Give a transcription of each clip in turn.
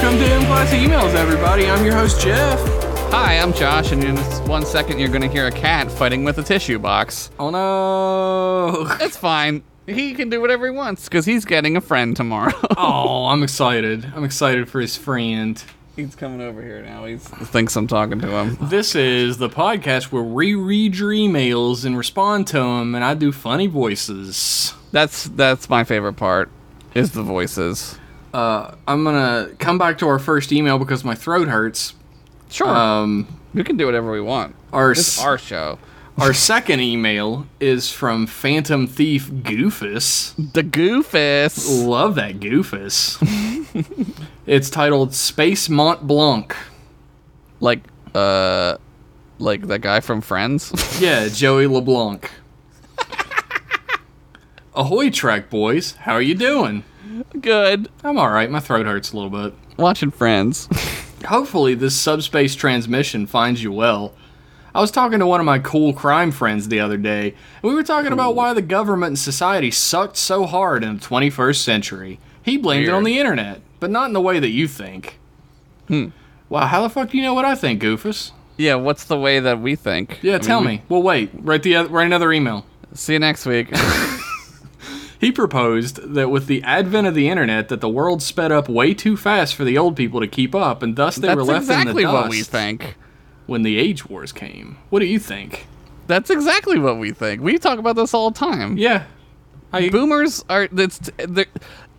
Classic Emails, everybody. I'm your host, Jeff. Hi, I'm Josh, and in this one second you're gonna hear a cat fighting with a tissue box. Oh no. It's fine. He can do whatever he wants because he's getting a friend tomorrow. Oh, I'm excited. I'm excited for his friend. he's coming over here now. He thinks I'm talking to him. This is the podcast where we read your emails and respond to them, and I do funny voices. That's that's my favorite part, is the voices. Uh, I'm gonna come back to our first email because my throat hurts. Sure, Um, we Uh, can do whatever we want. our It's s- our show. our second email is from Phantom Thief Goofus. The Goofus. Love that Goofus. it's titled Space Mont Blanc. Like uh, like that guy from Friends. Yeah, Joey LeBlanc. Ahoy, Trek boys. How are you doing? Good. I'm all right. My throat hurts a little bit. Watching Friends. Hopefully, this subspace transmission finds you well. I was talking to one of my cool crime friends the other day, and we were talking about why the government and society sucked so hard in the 21st century. He blamed it Weird. on the internet, but not in the way that you think. Hmm. Wow, how the fuck do you know what I think, Goofus? yeah. What's the way that we think? Yeah, I mean, tell we- me. Well, wait. Write the oth- write another email. See you next week. He proposed that with the advent of the internet, that the world sped up way too fast for the old people to keep up, and thus they That's were left exactly in the dust what we think. when the age wars came. What do you think? That's exactly what we think. We talk about this all the time. Yeah, I Boomers are that's they're-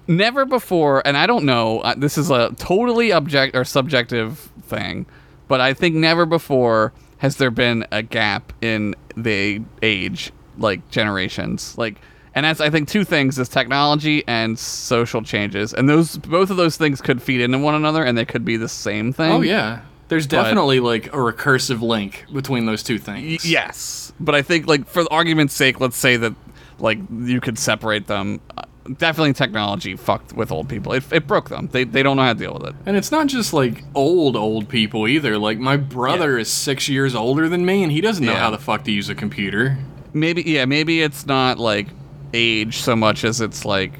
never before, and I don't know. uh, This is a totally object or subjective thing, but I think never before has there been a gap in the age, like generations, like. And that's I think two things is technology and social changes, and those both of those things could feed into one another, and they could be the same thing. oh yeah. There's definitely like a recursive link between those two Y- things. Yes, but I think like for the argument's sake, let's say that like you could separate them. Uh, Definitely, technology fucked with old people. It, it broke them. They they don't know how to deal with it. And it's not just like old old people either. Like my brother is six years older than me, and he doesn't know Yeah. how the fuck to use a computer. Maybe yeah, maybe it's not like age so much as it's like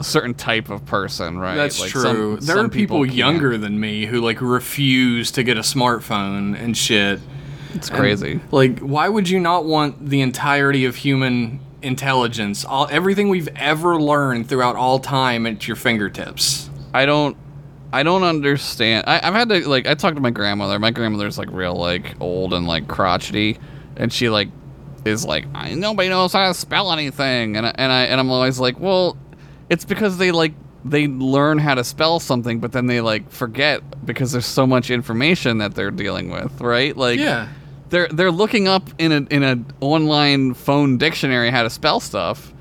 a certain type of person, right? That's like, some- true. there some are people, can't. younger than me who like refuse to get a smartphone and shit. It's crazy. Like, why would you not want the entirety of human intelligence, all everything we've ever learned throughout all time, at your fingertips? I don't. I don't understand. I, I've had to like I talked to my grandmother. My grandmother's like real like old and like crotchety, and she like is like I, nobody knows how to spell anything, and I, and I and I'm always like, well, it's because they like they learn how to spell something, but then they like forget because there's so much information that they're dealing with, right? Like Yeah. they're they're looking up in a in a online phone dictionary how to spell stuff,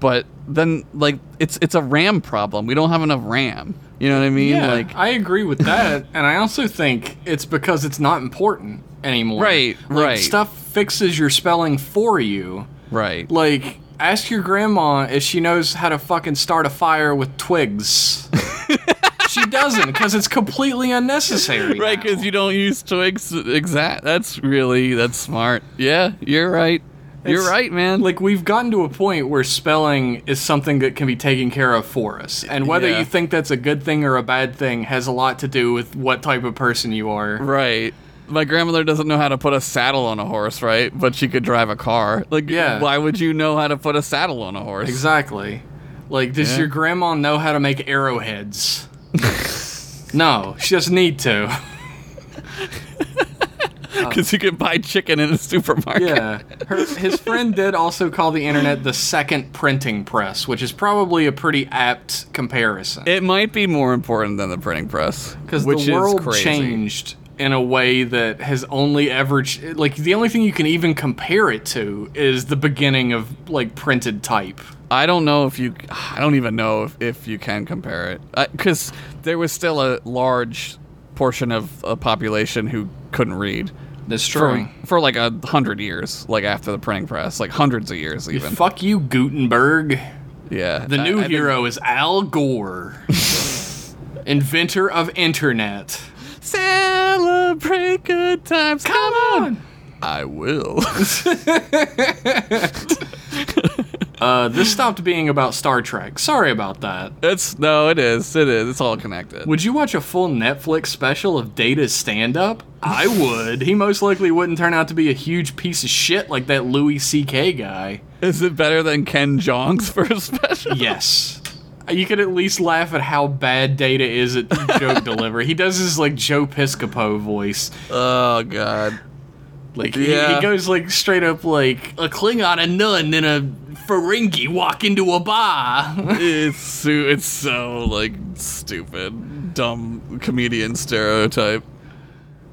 but then like it's it's a RAM problem. We don't have enough RAM. You know what I mean? Yeah, Like I agree with that, and I also think it's because it's not important anymore. Right, Like, right. Stuff fixes your spelling for you. right. Like, ask your grandma if she knows how to fucking start a fire with twigs. she doesn't, because it's completely unnecessary. Right, now. because you don't use twigs exact. That's really that's smart. Yeah, you're right. You're It's right, man. Like we've gotten to a point where spelling is something that can be taken care of for us, and whether Yeah. you think that's a good thing or a bad thing has a lot to do with what type of person you are. right. My grandmother doesn't know how to put a saddle on a horse, right? But she could drive a car. Like, Yeah. why would you know how to put a saddle on a horse? Exactly. Like, does Yeah. your grandma know how to make arrowheads? no, she doesn't need to. Because you can buy chicken in a supermarket. Yeah. Her, his friend did also call the internet the second printing press, which is probably a pretty apt comparison. It might be more important than the printing press because which the world is crazy. changed in a way that has only ever ch- like the only thing you can even compare it to is the beginning of like printed type I don't know if you. I don't even know if, if you can compare it because there was still a large portion of a population who couldn't read that's for, for like a hundred years, like after the printing press, like hundreds of years even. fuck you gutenberg yeah, the I- new I think- hero is al gore inventor of internet Celebrate good times. Come on. I will. Uh, this stopped being about Star Trek. Sorry about that. It's no, it is. It is. It's all connected. Would you watch a full Netflix special of Data's stand up? I would. He most likely wouldn't turn out to be a huge piece of shit like that Louis C.K. guy. Is it better than Ken Jong's first special? Yes. You could at least laugh at how bad Data is at joke delivery. He does his like Joe Piscopo voice. Oh god. Like he- he, Yeah. goes like straight up like a Klingon, a nun, and a Ferengi walk into a bar. It's so, it's so like stupid, dumb comedian stereotype.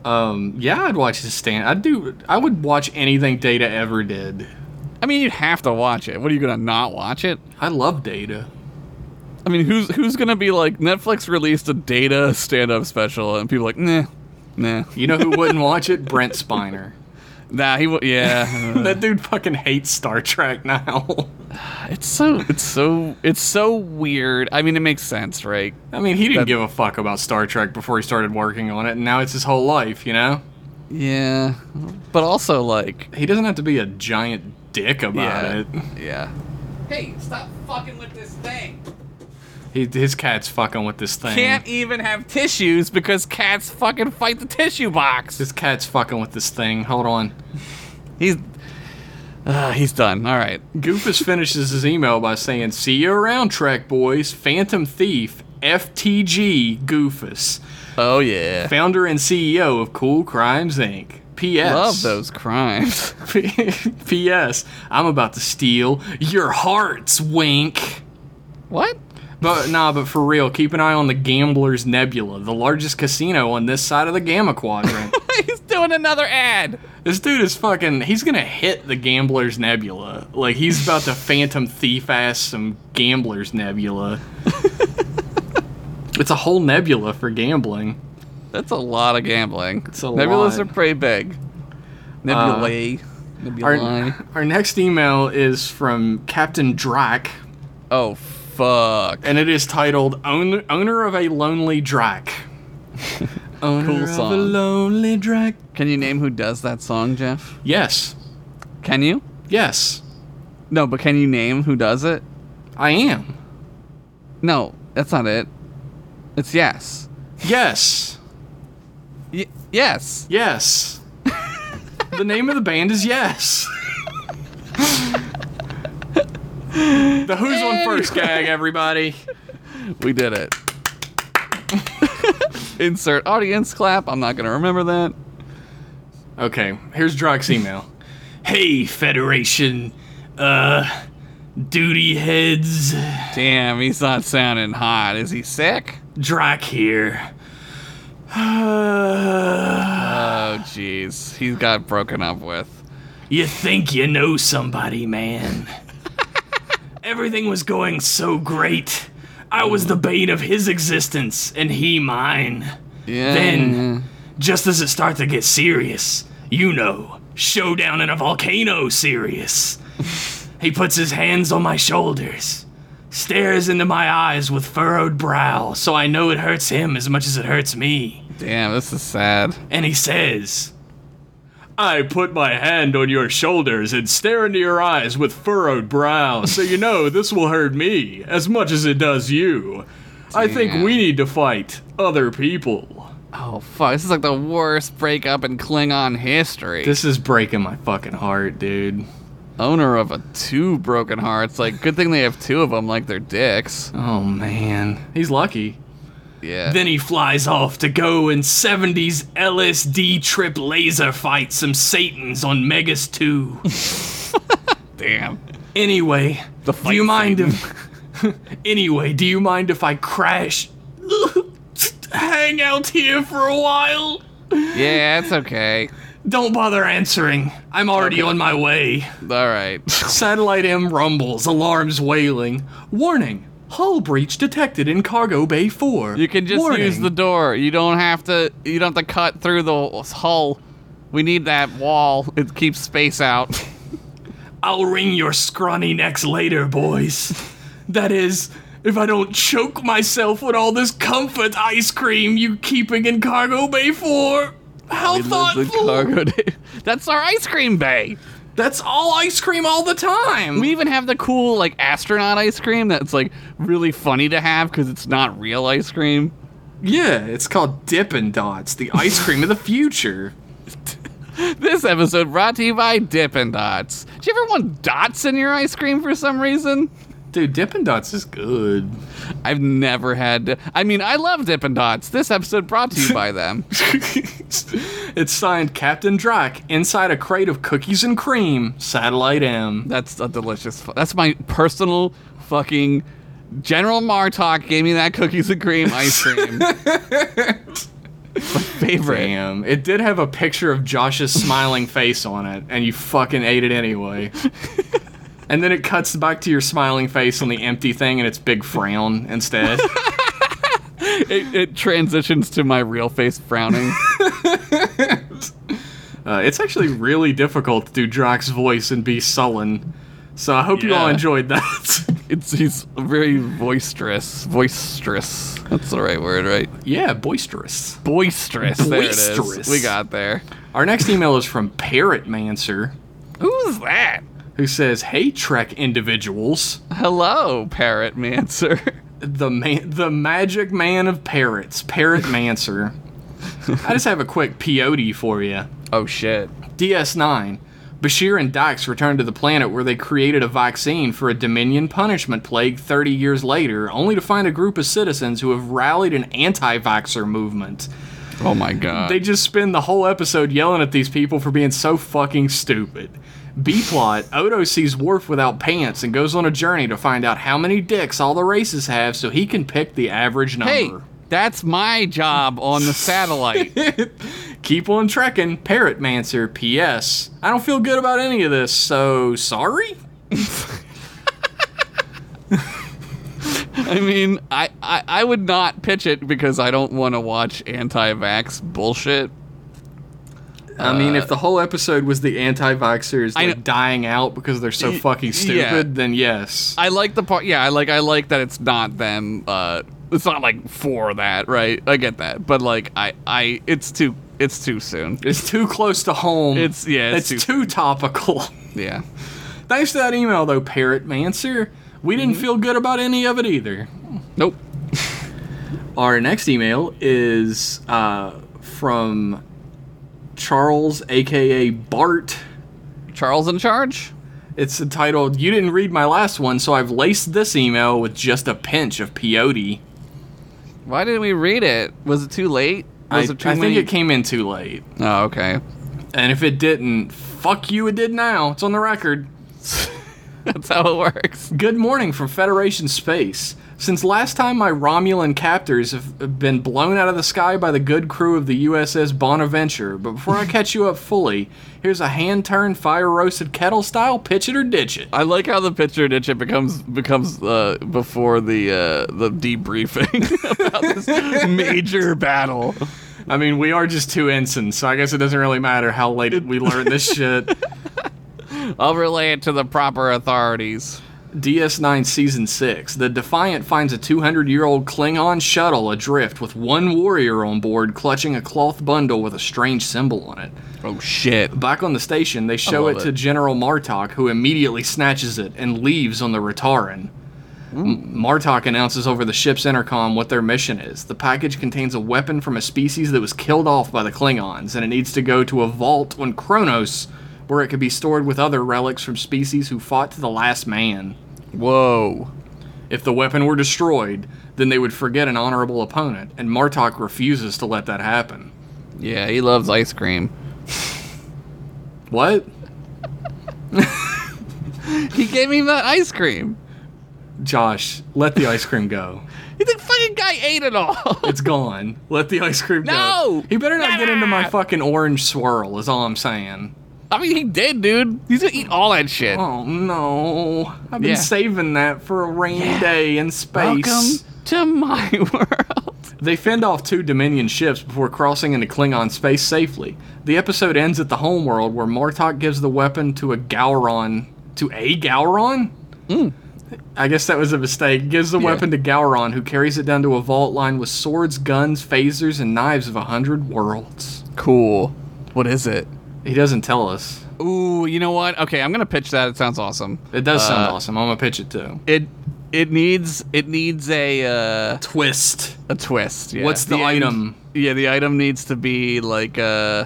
um, yeah, I'd watch his stand. I do. I would watch anything Data ever did. I mean, you'd have to watch it. What are you gonna not watch it? I love Data. I mean, who's who's gonna be like Netflix released a Data stand-up special and people are like, nah, nah, You know who wouldn't watch it? Brent Spiner. nah. He w- yeah. That dude fucking hates Star Trek now. it's so it's so it's so weird. I mean, it makes sense, right? I mean, he didn't give a fuck about Star Trek before he started working on it, and now it's his whole life, you know? Yeah, but also like, He doesn't have to be a giant dick about yeah, it. yeah. Hey, stop fucking with this thing. He, his cat's fucking with this thing. Can't e- even have tissues because cats fucking fight the tissue box. This cat's fucking with this thing. Hold on. He's uh, he's done. All right. Goofus finishes his email by saying, See you around, Trek boys. Phantom Thief, FTG Goofus, Oh yeah. founder and CEO of Cool Crimes Inc. P.S. Love those crimes. P.S. I'm about to steal your hearts, wink. what? But nah, but for real, keep an eye on the Gambler's Nebula, the largest casino on this side of the Gamma Quadrant. he's doing another ad. this dude is fucking. He's gonna hit the Gambler's Nebula. Like he's about to phantom thief ass some Gambler's Nebula. it's a whole nebula for gambling. That's a lot of gambling. It's a Nebulas lot. Uh, are pretty big. Nebulae. Our, Nebulae. our next email is from Captain Drac, oh fuck. and it is titled Own, "Owner of a Lonely Drac." Owner of song. a lonely Drac. Can you name who does that song, Jeff? Yes, Can you? yes, No, but can you name who does it? I am. No, that's not it. It's yes. Yes. Y- yes. Yes. the name of the band is Yes. the Who's on First gag, everybody. We did it. Insert audience clap. I'm not gonna remember that. Okay, here's Drock's email. Hey, Federation. Uh, duty heads. Damn, he's not sounding hot. Is he sick? Drock here. Oh, jeez. He got broken up with. You think you know somebody, man. Everything was going so great. I was the bane of his existence, and he mine. Yeah. Then, just as it starts to get serious, you know, showdown in a volcano serious. he puts his hands on my shoulders, stares into my eyes with furrowed brow, so I know it hurts him as much as it hurts me. Damn, this is sad. And he says, I put my hand on your shoulders and stare into your eyes with furrowed brow, so you know this will hurt me as much as it does you. I think Damn. we need to fight other people. Oh, fuck. This is like the worst breakup in Klingon history. This is breaking my fucking heart, dude. Owner of a two broken hearts. Like, good thing they have two of them, like they're dicks. Oh man. He's lucky. Yeah. Then he flies off to go and 70s LSD trip laser fight some Satans on Megas 2. Damn. anyway, The do fight you mind if Anyway, do you mind if I crash hang out here for a while? Yeah, it's okay. Don't bother answering. I'm already on my way. All right. Satellite M rumbles, alarms wailing. Warning! Hull breach detected in cargo bay 4. You can just Warning. use the door. You don't have to. You don't have to cut through the hull. We need that wall. It keeps space out. I'll wring your scrawny necks later, boys. That is, if I don't choke myself with all this comfort ice cream you keeping in cargo bay 4. How Lives in thoughtful! cargo- That's our ice cream bay. That's all ice cream all the time. We even have the cool like astronaut ice cream that's like really funny to have because it's not real ice cream. yeah, it's called Dippin' Dots, the ice cream of the future. This episode brought to you by Dippin' Dots. Do you ever want dots in your ice cream for some reason? Dude, Dippin' Dots is good. I've never had. I mean, I love Dippin' Dots. This episode brought to you by them. it's signed Captain Drac inside a crate of cookies and cream, Satellite M. That's a delicious. fu- That's my personal fucking. General Martok gave me that cookies and cream ice cream. my favorite. Damn. It did have a picture of Josh's smiling face on it, and you fucking ate it anyway. and then it cuts back to your smiling face on the empty thing, and it's big frown instead. It, it transitions to my real face frowning. Uh, it's actually really difficult to do Drac's voice and be sullen. So I hope you all Yeah. enjoyed that. It's he's very boisterous. Boisterous. That's the right word, right? yeah, boisterous. Boisterous. There it is. Boisterous. We got there. Our next email is from Parrotmancer, Who's that? who says, "Hey Trek individuals, Hello, Parrot Mancer. the man, the magic man of parrots, Parrotmancer. I just have a quick POD for you. Oh shit. DS9. Bashir and Dax returned to the planet where they created a vaccine for a Dominion punishment plague 30 years later, only to find a group of citizens who have rallied an anti vaxxer movement. Oh my god. They just spend the whole episode yelling at these people for being so fucking stupid. B plot Odo sees Worf without pants and goes on a journey to find out how many dicks all the races have so he can pick the average hey, number. that's my job on the satellite. Keep on trekking, Parrotmancer. P.S. I don't feel good about any of this, so sorry? I mean, I, I I would not pitch it because I don't want to watch anti-vax bullshit. I mean, if the whole episode was the anti-vaxxers Uh, I like, know- dying out because they're so fucking stupid, then yes. I like the part. Yeah, I like I like that it's not them. Uh, it's not like for that, right? I get that, but like I I it's too it's too soon. it's too close to home. It's- yeah, It's, it's too, topical. Yeah. Thanks to that email though, Parrot Mancer. We didn't Mm-hmm. feel good about any of it either. Nope. Our next email is uh, from Charles, aka Bart. Charles in charge. It's entitled "You Didn't Read My Last One," so I've laced this email with just a pinch of peyote. Why didn't we read it? Was it too late? I, Was it too I many- think it came in too late. Oh, okay. And if it didn't, fuck you, it did now. It's on the record. That's how it works. Good morning from Federation Space. Since last time my Romulan captors have been blown out of the sky by the good crew of the USS Bonaventure, but before I catch you up fully, here's a hand turned fire roasted kettle style pitch it or ditch it. I like how the picture ditch it becomes becomes uh, before the uh, the debriefing about this major battle. I mean, we are just two ensigns, so I guess it doesn't really matter how late we learned this shit. I'll relay it to the proper authorities. DS9 Season 6, the Defiant finds a 200 year old Klingon shuttle adrift with one warrior on board clutching a cloth bundle with a strange symbol on it. Oh shit. Back on the station, they show it, love to it. General Martok, who immediately snatches it and leaves on the Rataran. Hmm. M- Martok announces over the ship's intercom what their mission is. The package contains a weapon from a species that was killed off by the Klingons, and it needs to go to a vault on Kronos, where it could be stored with other relics from species who fought to the last man. Whoa. If the weapon were destroyed, then they would forget an honorable opponent, and Martok refuses to let that happen. Yeah, he loves ice cream. What? He gave me that ice cream. Josh, let the ice cream go. The fucking guy ate it all. It's gone. Let the ice cream go. No! He better not get into my Never! fucking orange swirl, is all I'm saying. I mean, he did, dude. He's gonna eat all that shit. Oh no. I've been Yeah. saving that for a rainy day in space. Welcome to my world. They fend off two Dominion ships before crossing into Klingon space safely. The episode ends at the homeworld where Martok gives the weapon to a Gowron. To a Gowron? Hmm. I guess that was a mistake. Gives the weapon to Gowron, who carries it down to a vault lined with swords, guns, phasers, and knives of a hundred worlds. Cool. What is it? He doesn't tell us. Ooh, you know what? Okay, I'm gonna pitch that. It sounds awesome. It does sound Uh, awesome. I'm gonna pitch it too. It it needs it needs a uh, Twist. a twist. yeah. What's the end- item? yeah, the item needs to be like uh,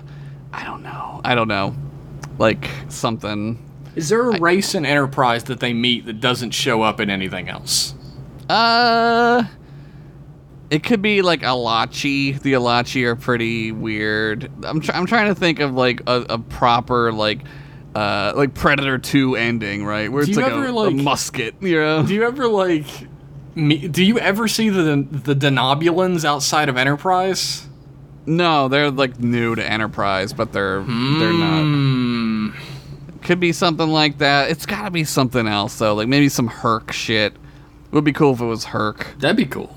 I don't know. I don't know, like something. Is there a race in Enterprise that they meet that doesn't show up in anything else? Uh, it could be like Alachi. The Alachi are pretty weird. I'm try- I'm trying to think of like a, a proper like. Uh, like Predator Two ending, right? Where Do it's you like, a, ever, a like- musket, you know? Do you ever like? Me, do you ever see the the Denobulans outside of Enterprise? No, they're like new to Enterprise, but they're they're not. Hmm. Could be something like that. It's got to be something else though, like maybe some Herc shit. would be cool if it was Herc, That'd be cool.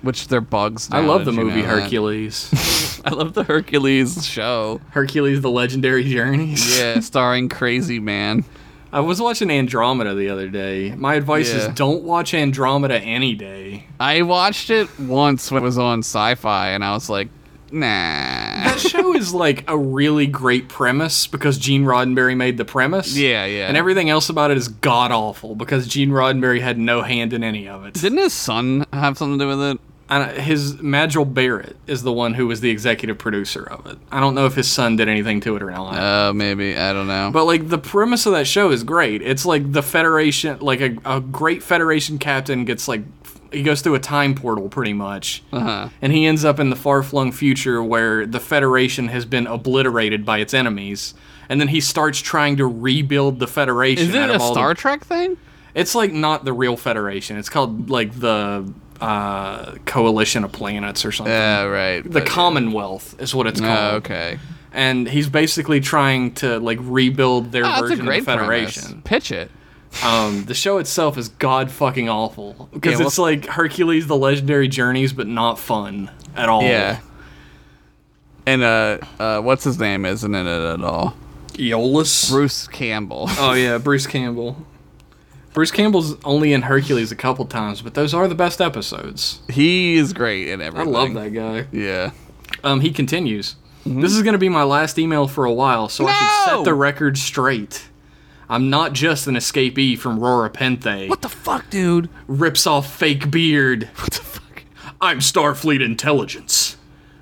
which they're bugs. I now, love the did you movie know that? Hercules. I love the Hercules show. Hercules: The Legendary Journeys. Yeah, starring Crazy Man. I was watching Andromeda the other day. My advice is Yeah. don't watch Andromeda any day. I watched it once when it was on Sci-Fi, and I was like, nah. That show is like a really great premise because Gene Roddenberry made the premise. Yeah, yeah. And everything else about it is god awful because Gene Roddenberry had no hand in any of it. Didn't his son have something to do with it? And his Madril Barrett is the one who was the executive producer of it. I don't know if his son did anything to it or not. Uh, maybe I don't know. But like the premise of that show is great. It's like the Federation, like a, a great Federation captain gets like f- he goes through a time portal pretty much, Uh-huh. and he ends up in the far flung future where the Federation has been obliterated by its enemies. And then he starts trying to rebuild the Federation. Is out it a of all the- Star Trek thing? it's like not the real Federation. It's called like the uh, Coalition of Planets or something. Yeah, right. the but- Commonwealth is what it's called Oh, okay. and he's basically trying to like rebuild their Oh, that's version a great of the Federation. premise. Pitch it. Um, the show itself is god fucking awful because Yeah, well- it's like Hercules: The Legendary Journeys, but not fun at all. Yeah. And uh, uh, what's his name isn't in it at all? Eolus. Bruce Campbell. oh yeah, Bruce Campbell. Bruce Campbell's only in Hercules a couple times, but those are the best episodes. He is great in I everything. love that guy. Yeah. Um, he continues. This is going to be my last email for a while, so I should Mm-hmm. No! set the record straight. I'm not just an escapee from Rora Penthe. What the fuck, dude? rips off fake beard. What the fuck? Oh, I'm Starfleet intelligence.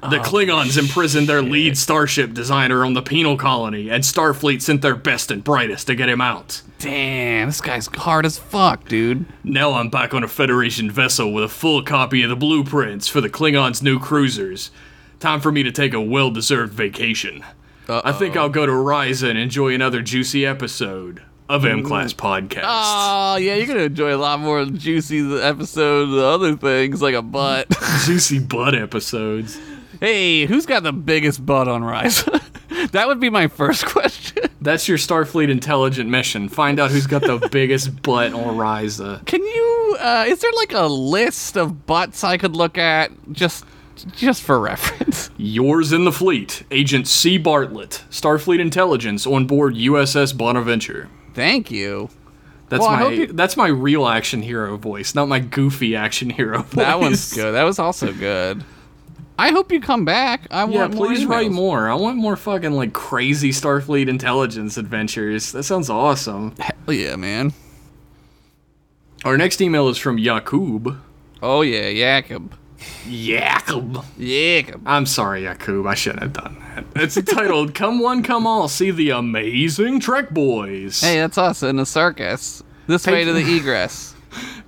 The Klingons imprisoned their lead starship designer on the penal colony, and Starfleet sent their best and brightest to get him out. Damn, this guy's hard as fuck, dude. Now I'm back on a Federation vessel with a full copy of the blueprints for the Klingons' new cruisers. Time for me to take a well deserved vacation. I think I'll go to Ryza and enjoy another juicy episode of M Class Podcast. Oh yeah, you're gonna enjoy a lot more juicy episodes of other things like a butt. Juicy butt episodes. hey, who's got the biggest butt on Rise? that would be my first question. That's your Starfleet intelligent mission. Find out who's got the biggest butt on Ryza. Can you? Uh, is there like a list of butts I could look at just just for reference? Yours in the fleet, Agent C. Bartlett, Starfleet intelligence on board USS Bonaventure. Thank you. That's Well, I my hope you- that's my real action hero voice, not my goofy action hero voice. That one's good. That was also good. I hope you come back. I Yeah, want more please write emails. more. I want more fucking like crazy Starfleet intelligence adventures. That sounds awesome. Hell yeah, man. Our next email is from Yakub. Oh yeah, Jacob. Yakub. Jacob. I'm sorry, Yakub. I shouldn't have done that. It's entitled "Come One, Come All, See the Amazing Trek Boys." Hey, that's us in the circus. This way to the egress.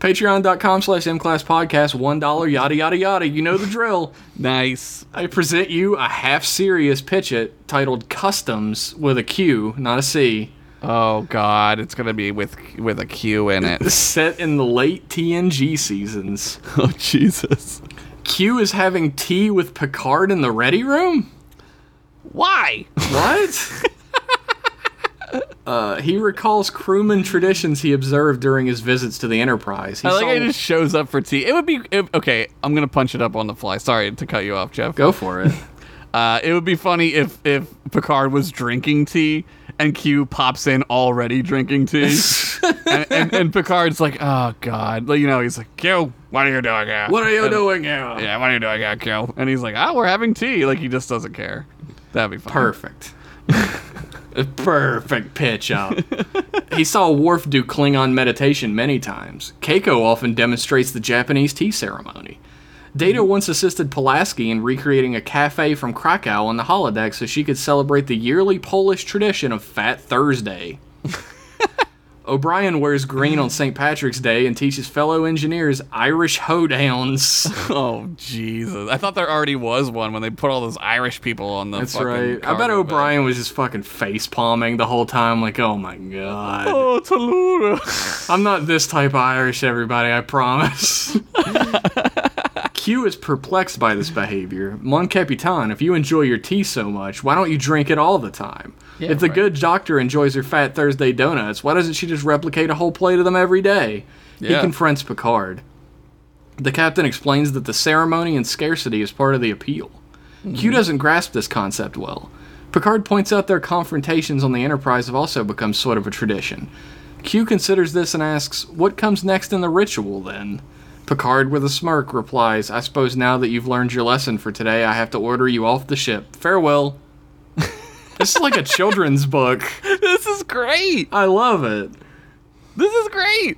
Patreon.com slash mclasspodcast Podcast. One dollar, yada yada yada. You know the drill. Nice. I present you a half-serious pitch it titled "Customs" with a Q, not a C, Oh God, it's gonna be with with a Q in it. set in the late TNG seasons. oh Jesus! Q is having tea with Picard in the ready room. Why? What? Uh, he recalls crewman traditions he observed during his visits to the Enterprise. He I like saw- how he just shows up for tea. It would be if, okay. I'm gonna punch it up on the fly. Sorry to cut you off, Jeff. Go for it. Uh, it would be funny if if Picard was drinking tea and Q pops in already drinking tea, and, and, and Picard's like, "Oh God," like you know, he's like, "Q, what are you doing here? what are you And- doing now? Yeah, what are you doing here, Q?" And he's like, "Ah, we're having tea." Like he just doesn't care. That'd be fun. Perfect. A perfect pitch out. he saw Worf do Klingon meditation many times. Keiko often demonstrates the Japanese tea ceremony. Data once assisted Pulaski in recreating a cafe from Krakow on the holodeck so she could celebrate the yearly Polish tradition of Fat Thursday. O'Brien wears green on St. Patrick's Day and teaches fellow engineers Irish hoedowns. Oh Jesus! I thought there already was one when they put all those Irish people on the. That's fucking right. I cargo bet boat. O'Brien was just fucking face palming the whole time, like, oh my god. Oh, Tallulah. I'm not this type of Irish, everybody, I promise. Q is perplexed by this behavior. Mon Capitan, if you enjoy your tea so much, why don't you drink it all the time? Yeah, if the right. good doctor enjoys her Fat Thursday donuts, why doesn't she just replicate a whole plate of them every day? He Yeah. confronts Picard. The captain explains that the ceremony and scarcity is part of the appeal. Q doesn't grasp this concept well. Picard points out their confrontations on the Enterprise have also become sort of a tradition. Q considers this and asks, What comes next in the ritual then? Picard, with a smirk, replies, I suppose now that you've learned your lesson for today, I have to order you off the ship. Farewell. this is like a children's book. this is great. I love it. This is great.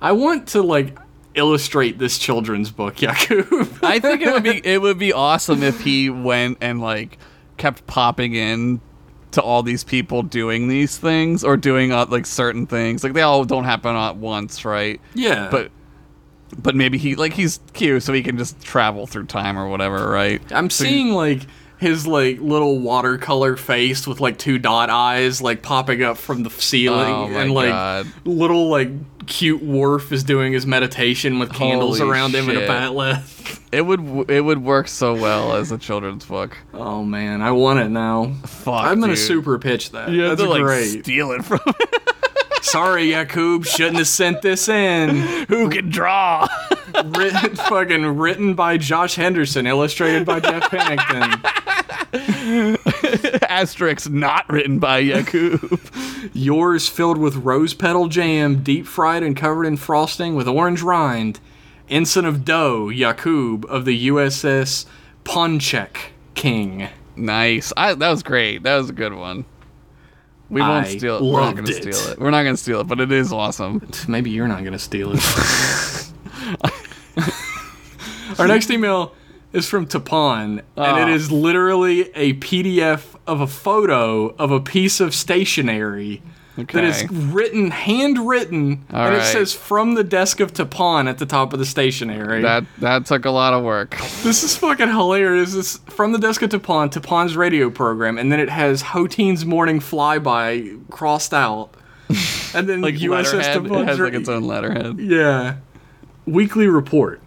I want to, like, illustrate this children's book, Yakub. I think it would be it would be awesome if he went and like kept popping in to all these people doing these things or doing uh, like certain things. Like they all don't happen at once, right? yeah. But but maybe he like he's cute, so he can just travel through time or whatever, right? I'm So you- seeing like his like little watercolor face with like two dot eyes like popping up from the ceiling Oh my and like God. little like cute Worf is doing his meditation with candles Holy around him and a shit. batlet. It would w- it would work so well as a children's book. oh man, I want it now. Fuck, I'm gonna dude. super pitch that. You have That's to like great. steal it from Sorry, Yakub, shouldn't have sent this in. who can draw. Written, fucking written by Josh Henderson, illustrated by Jeff Pennington. Asterix not written by Yakub. Yours filled with rose petal jam, deep fried and covered in frosting with orange rind. Ensign of Doe, Yakub of the USS Ponchek King. nice. I, that was great. That was a good one. We won't I steal it. We're not loved gonna it. steal it. We're not gonna steal it, but it is awesome. Maybe you're not going to steal it. Our next email is from Tapon, and Ah. it is literally a PDF of a photo of a piece of stationery. That is Okay. written, handwritten, All and it right. says from the desk of Tapon at the top of the stationery. That that took a lot of work. This is fucking hilarious. This from the desk of Tapon, Tapon's radio program, and then it has Hoteen's morning flyby crossed out, and then Like USS letterhead, it Tapon's has like ra- its own letterhead. yeah. Weekly report.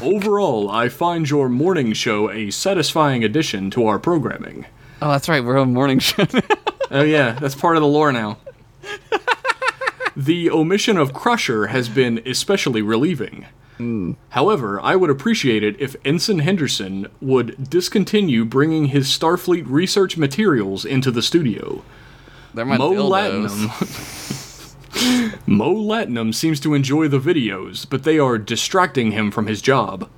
Overall, I find your morning show a satisfying addition to our programming. Oh, that's right. We're on morning show. Oh yeah, that's part of the lore now. the omission of Crusher has been especially relieving. However, I would appreciate it if Ensign Henderson would discontinue bringing his Starfleet research materials into the studio. They're my Mo dildos. Latinum. Mo Latinum seems to enjoy the videos, but they are distracting him from his job.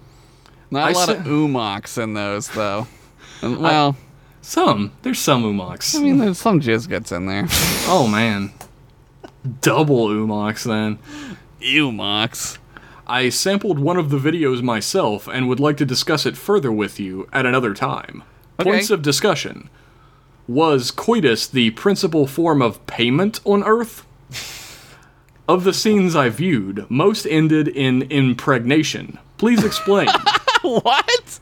Not a I lot sa- of umox in those though. And, well, Some. There's some I Umox. mean, there's some jizz gets in there. Oh, man. Double Umox, then. umox. I sampled one of the videos myself and would like to discuss it further with you at another time. Okay. Points of discussion. Was coitus the principal form of payment on Earth? of the scenes I viewed, most ended in impregnation. Please explain. what?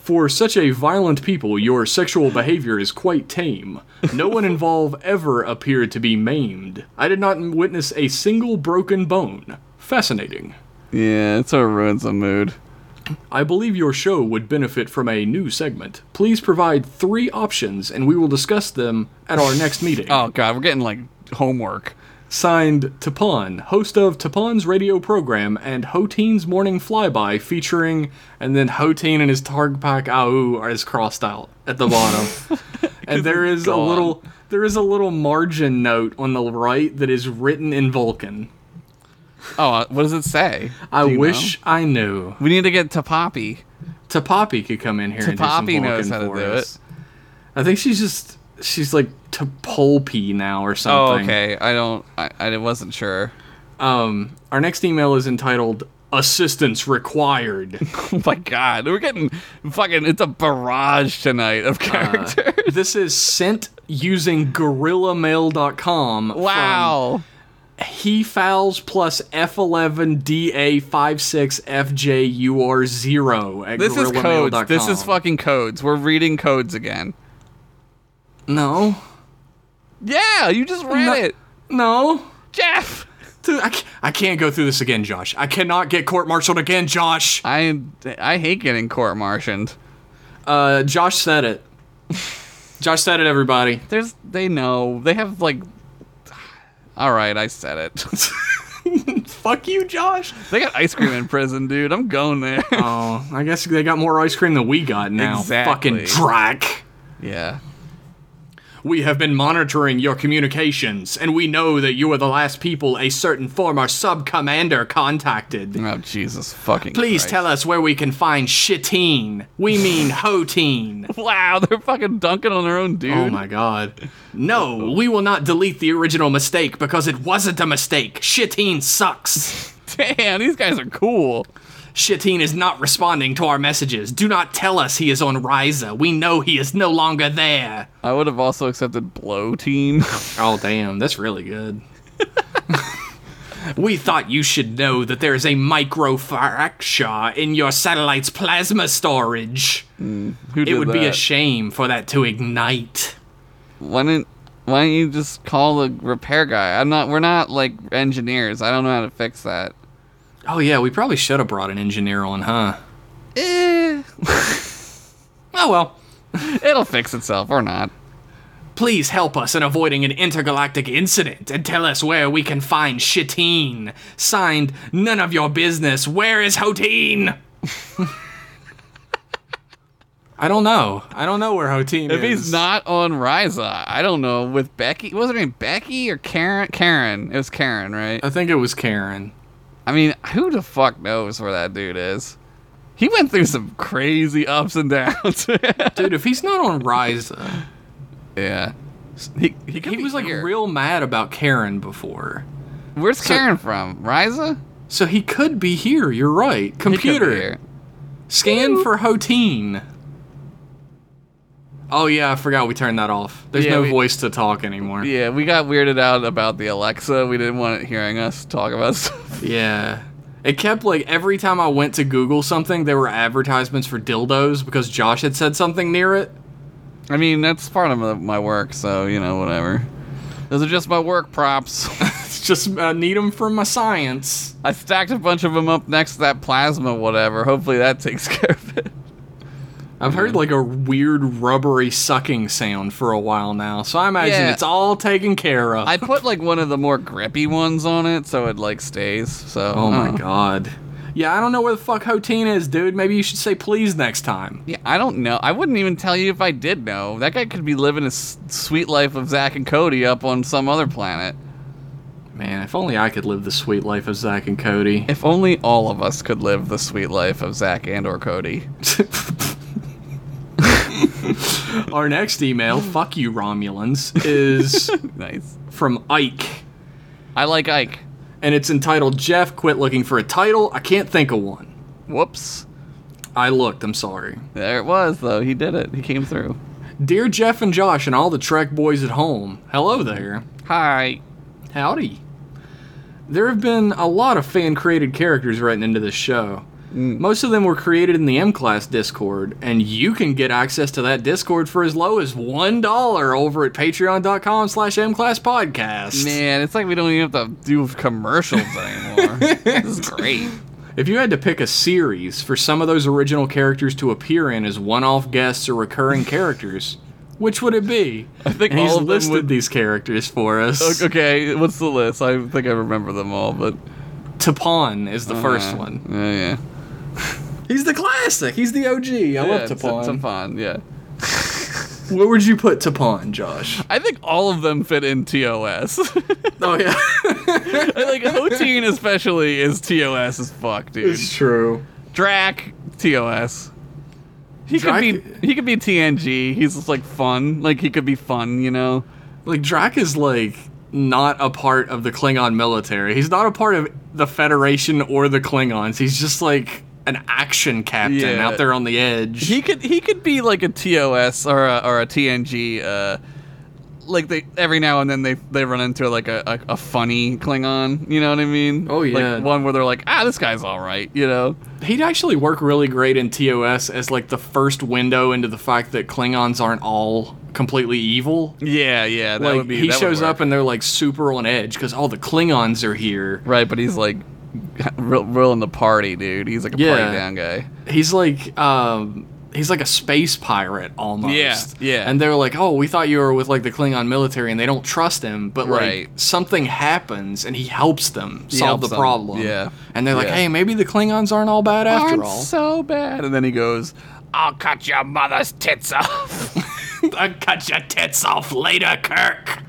For such a violent people, your sexual behavior is quite tame. No one involved ever appeared to be maimed. I did not witness a single broken bone. Fascinating. Yeah, it sort of ruins the mood. I believe your show would benefit from a new segment. Please provide three options and we will discuss them at our next meeting. Oh god, we're getting like homework. Signed Tapon, host of Tapon's radio program and Hoteen's Morning Flyby featuring and then Hoteen and his Targpak Au are is crossed out at the bottom. and there is a Gone. little there is a little margin note on the right that is written in Vulcan. Oh, uh, what does it say? I Do you wish I knew. know? we need to get to Poppy. Tapapi could come in here and do some Poppy Vulcan knows how to for do us. I think she's just she's like Topolpi now or Oh, something. okay. I don't. I, I wasn't sure. Um, our next email is entitled "Assistance Required." Oh my god, we're getting fucking. It's a barrage tonight of characters. this is sent using GorillaMail.com. from wow. He fouls plus F11DA56FJUR0 at This is codes. gorillamail.com. This is fucking codes. We're reading codes again. No. Yeah, you just read No- it, No. Jeff. Dude, I, ca- I can't go through this again, Josh. I cannot get court martialed again, Josh. I I hate getting court-martialed. Uh, Josh said it. Josh said it, everybody. There's they know they have like. All right, I said it. Fuck you, Josh. they got ice cream in prison, dude. I'm going there. Oh, I guess they got more ice cream than we got now. Exactly. Fucking track. yeah. We have been monitoring your communications, and we know that you are the last people a certain former sub commander contacted. Oh Jesus fucking. Please Christ. tell us where we can find Shitine. We mean Hotine. Wow, they're fucking dunking on their own dude. Oh my god. No, we will not delete the original mistake because it wasn't a mistake. Shitine sucks. Damn, these guys are cool. Shitine is not responding to our messages. Do not tell us he is on Ryza. We know he is no longer there. I would have also accepted Blow Team. Oh, damn, that's really good. we thought you should know that there is a microfracture in your satellite's plasma storage. Who It did would be a that? shame for that to ignite. why didn't Why don't you just call the repair guy? I'm not. We're not like engineers. I don't know how to fix that. Oh, yeah, we probably should have brought an engineer on, huh? Eh, Oh, well. it'll fix itself or not. Please help us in avoiding an intergalactic incident and tell us where we can find Shitine. Signed, none of your business. Where is Hotine? I don't know. I don't know where Hotine If he's not on Ryza, I don't know. With Becky, what was her name? Becky or Karen? Karen. It was Karen, right? I think it was Karen. I mean, who the fuck knows where that dude is? He went through some crazy ups and downs. Dude, if he's not on Ryza, yeah. He, he, could he be was like here. real mad about Karen before. Where's Karen from? Ryza? So he could be here, you're right. He could be Computer, here. scan for Hotine. Oh yeah, I forgot we turned that off. There's Yeah, no we- voice to talk anymore. Yeah, we got weirded out about the Alexa. We didn't want it hearing us talk about stuff. Yeah. It kept like every time I went to Google something, there were advertisements for dildos because Josh had said something near it. I mean, that's part of my work, so, you know, whatever. Those are just my work props. It's just I need them for my science. I stacked a bunch of them up next to that plasma, whatever. Hopefully that takes care of it. I've heard Mm-hmm. like a weird rubbery sucking sound for a while now, so I imagine Yeah. it's all taken care of. I put, like, one of the more grippy ones on it, so it, like, stays. So, oh uh, my god. Yeah, I don't know where the fuck Hoteen is, dude. Maybe you should say please next time. Yeah, I don't know. I wouldn't even tell you if I did know. That guy could be living his sweet life of Zach and Cody up on some other planet. Man, if only I could live the sweet life of Zach and Cody. If only all of us could live the sweet life of Zach and or Cody. Our next email, fuck you, Romulans, is nice. from Ike. I like Ike. and it's entitled Jeff Quit Looking for a Title. I can't think of one. Whoops. I looked, I'm sorry. There it was though. He did it. He came through. Dear Jeff and Josh and all the Trek boys at home, hello there. Hi. Howdy. There have been a lot of fan created characters written into this show. Most of them were created in the M Class Discord, and you can get access to that Discord for as low as $1 over at patreon.com slash mclasspodcast. Man, it's like we don't even have to do commercials anymore. this is great. If you had to pick a series for some of those original characters to appear in as one-off guests or recurring characters, which would it be? I think he's all of them listed would- these characters for us. Okay, what's the list? I think I remember them all, but Tapon is the first Uh, one. Yeah, yeah. Uh-huh. He's the classic. He's the OG. I yeah, love it's- Tapon. it's Tapon, yeah. Where would you put Tapon, Josh? I think all of them fit in TOS. Oh yeah, like Hoteen especially is TOS as fuck, dude. true. Drac, TOS. He could be Drac- he could be TNG. He's just like fun. Like he could be fun, you know. Like Drac is like not a part of the Klingon military. He's not a part of the Federation or the Klingons. He's just like an action captain Yeah. out there on the edge. He could he could be like a TOS or a, or a TNG. Uh, like they every now and then they they run into like a, a, a funny Klingon. You know what I mean? Oh, yeah. Like one where they're like, ah, this guy's all right. You know. He'd actually work really great in TOS as like the first window into the fact that Klingons aren't all completely evil. Yeah, yeah. That Like would be. he that would shows work. up and they're like super on edge because all the Klingons are here. Right, but he's like real, real in the party, dude. He's like a Yeah. party down guy. He's like um he's like a space pirate almost. Yeah, yeah. And they're like, "Oh, we thought you were with like the Klingon military," and they don't trust him. But Right. like something happens and he helps them solve helps the them, problem. yeah, And they're like, yeah. "Hey, maybe the Klingons aren't all bad after Aren't all." so bad. And then he goes, "I'll cut your mother's tits off," I cut your tits off later, Kirk.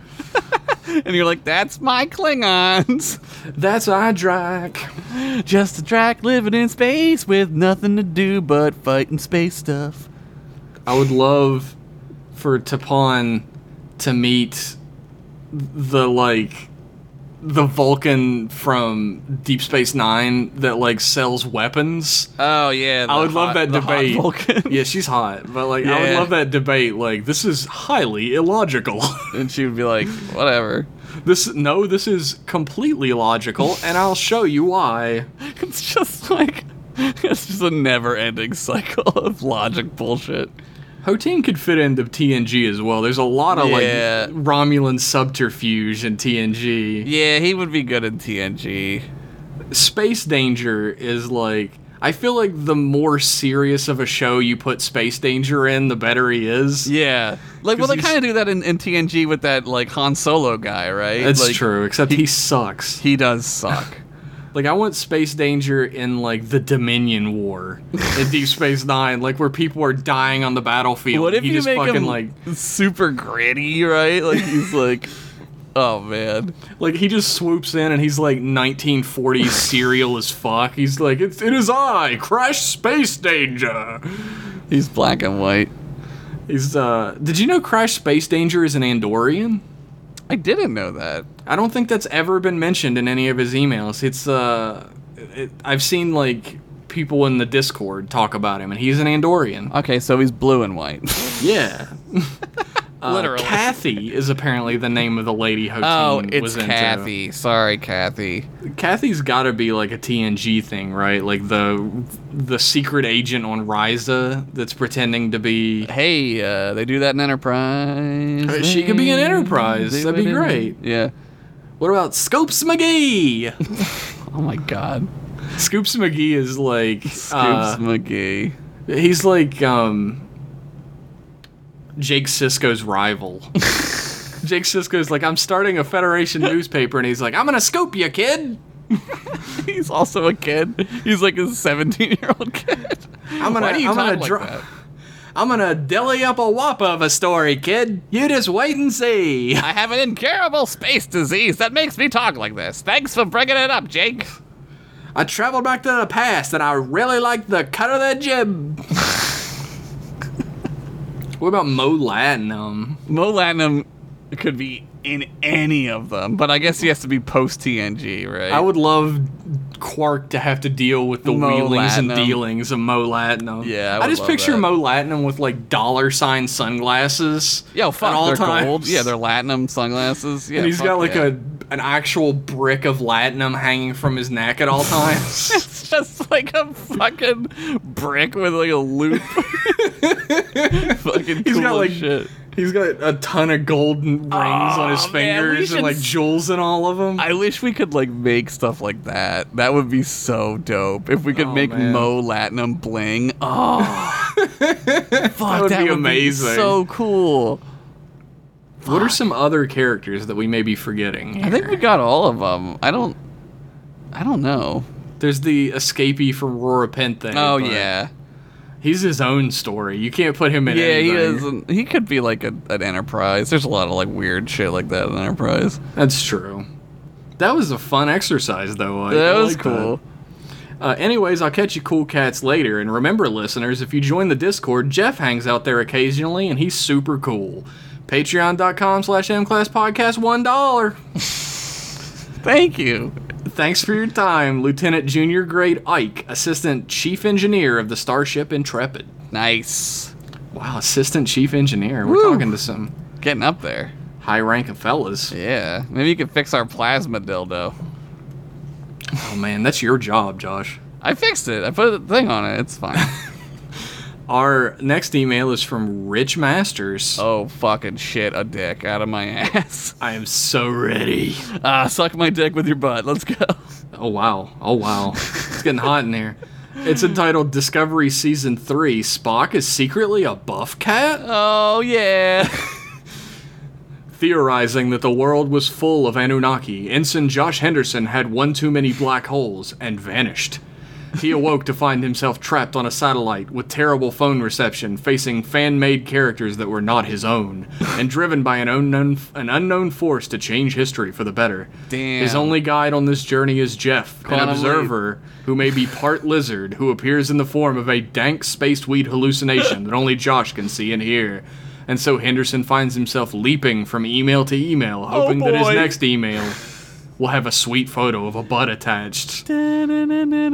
and you're like, "That's my Klingons." That's our Drac. Just a track living in space with nothing to do but fighting space stuff. I would love for Tapon to meet the like the Vulcan from Deep Space Nine that like sells weapons. Oh yeah, I would love that debate. Vulcan. yeah, she's hot, but like I would Yeah. love that debate. Like this is highly illogical. and she would be like, "Whatever." this no, this is completely logical, and I'll show you why. It's just like it's just a never-ending cycle of logic bullshit. Hoteen could fit into TNG as well. There's a lot of Yeah. like Romulan subterfuge in TNG. Yeah, he would be good in TNG. Space Danger is like I feel like the more serious of a show you put Space Danger in, the better he is. Yeah, like well, they he's- kind of do that in, in TNG with that like Han Solo guy, right? That's Like, true, except he, sucks. He does suck. Like I want Space Danger in like the Dominion War in Deep Space Nine, like where people are dying on the battlefield. what if he you just make fucking him like super gritty, right? Like he's like, oh man. like he just swoops in and he's like 1940s serial as fuck. He's like, it's, it is I, Crash Space Danger. He's black and white. He's uh, did you know Crash Space Danger is an Andorian? I didn't know that. I don't think that's ever been mentioned in any of his emails. It's uh, it, I've seen like people in the Discord talk about him, and he's an Andorian. Okay, so he's blue and white. Yeah, Uh, Literally. Kathy is apparently the name of the lady Hoteen oh, it's was into. Kathy. Sorry, Kathy. Kathy's got to be like a TNG thing, right? Like the the secret agent on Ryza that's pretending to be. Hey, uh, they do that in Enterprise. Uh, she could be in Enterprise. They That'd be would- great. Yeah. What about Scopes McGee? Oh my God. Scoops McGee is like Scoops uh, McGee. He's like um Jake Sisko's rival. Jake Sisko's like, I'm starting a Federation newspaper, and he's like, I'm gonna scope you, kid. He's also a kid. He's like a 17 year old kid. I'm gonna, Why do you I'm talk gonna like dra- that? I'm gonna dilly up a whopper of a story, kid. You just wait and see. I have an incurable space disease that makes me talk like this. Thanks for bringing it up, Jake. I traveled back to the past, and I really like the cut of that jib. what about Mo Um, Latinum? Mo Latinum could be in any of them, but I guess he has to be post TNG, right? I would love Quark to have to deal with the Mo wheelings and Latinum. dealings of Mo Latinum. Yeah, I I, would just love picture that. Mo Latinum with like dollar sign sunglasses. Yo, fuck, at all they're times. gold. Yeah, they're Latinum sunglasses. Yeah, and he's fuck got like yeah. a an actual brick of Latinum hanging from his neck at all times. It's just like a fucking brick with like a loop. fucking He's cool got, like, as shit. he's got a ton of golden rings on his Aw, man, we fingers and should like s- jewels in all of them. I wish we could like make stuff like that. That would be so dope. If we could Oh, make man. Mo Latinum bling. Oh, fuck, would that be would amazing. Be so cool. what are some other characters that we may be forgetting? I think we got all of them. I don't. I don't know. There's the escapee from Roropente. Oh but yeah, he's his own story. You can't put him in. yeah. He anything. is. an- He could be like a, an Enterprise. There's a lot of like weird shit like that in Enterprise. That's true. That was a fun exercise, though. Like, that I was like cool. Uh, anyways, I'll catch you cool cats later. And remember, listeners, if you join the Discord, Jeff hangs out there occasionally, and he's super cool. Patreon.com slash mclasspodcast, $1. Thank you. Thanks for your time, Lieutenant Junior Grade Ike, Assistant Chief Engineer of the Starship Intrepid. Nice. Wow, Assistant Chief Engineer. We're Woo. talking to some Getting up there. high ranking fellas. Yeah. Maybe you could fix our plasma dildo. Oh man, that's your job, Josh. I fixed it. I put a thing on it. It's fine. Our next email is from Rich Masters. oh, fucking shit. A dick out of my ass. I am so ready. Ah, suck my dick with your butt. Let's go. Oh wow. Oh wow. it's getting hot in here. It's entitled Discovery Season 3 Spock is secretly a buff cat? Oh, yeah. Theorizing that the world was full of Anunnaki, Ensign Josh Henderson had one too many black holes and vanished. He awoke to find himself trapped on a satellite with terrible phone reception, facing fan made characters that were not his own, and driven by an unknown, an unknown force to change history for the better. Damn. His only guide on this journey is Jeff, an Quantum observer who may be part lizard, who appears in the form of a dank space weed hallucination that only Josh can see and hear. And so Henderson finds himself leaping from email to email, hoping that his Oh, boy. next email will have a sweet photo of a butt attached.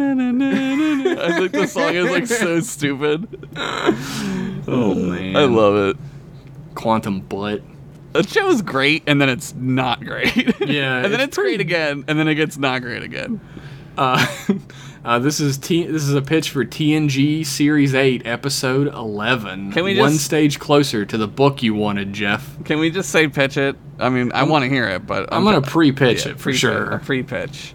I think the song is like so stupid. Oh man. I love it. Quantum Butt. That show is great, and then it's not great. Yeah, and then it's it's, great again, and then it gets not great again. Uh, uh, this is T- this is a pitch for TNG Series 8 Episode 11. Can we One just- stage closer to the book you wanted, Jeff. Can we just say pitch it? I mean, I want to hear it, but I'm going to pre-pitch it for pre-pitch- sure. Pre-pitch.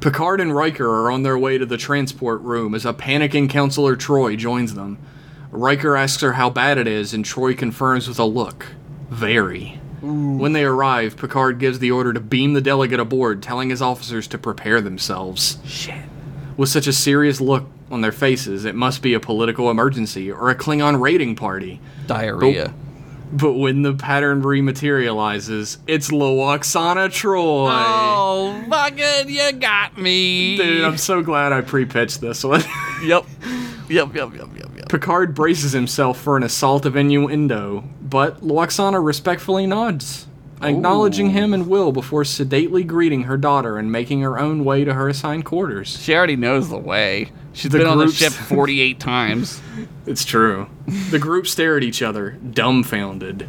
Picard and Riker are on their way to the transport room as a panicking counselor Troy joins them. Riker asks her how bad it is, and Troy confirms with a look. Very. When they arrive, Picard gives the order to beam the delegate aboard, telling his officers to prepare themselves. Shit. With such a serious look on their faces, it must be a political emergency or a Klingon raiding party. Diarrhea. But when the pattern rematerializes, it's Loaxana Troy. Oh, fucking, you got me. Dude, I'm so glad I pre pitched this one. Yep. Yep, yep, yep, yep, yep. Picard braces himself for an assault of innuendo, but Loaxana respectfully nods, acknowledging Ooh. him and Will before sedately greeting her daughter and making her own way to her assigned quarters. She already knows the way. She's The been on the groups- ship 48 times. It's true. the group stare at each other, dumbfounded.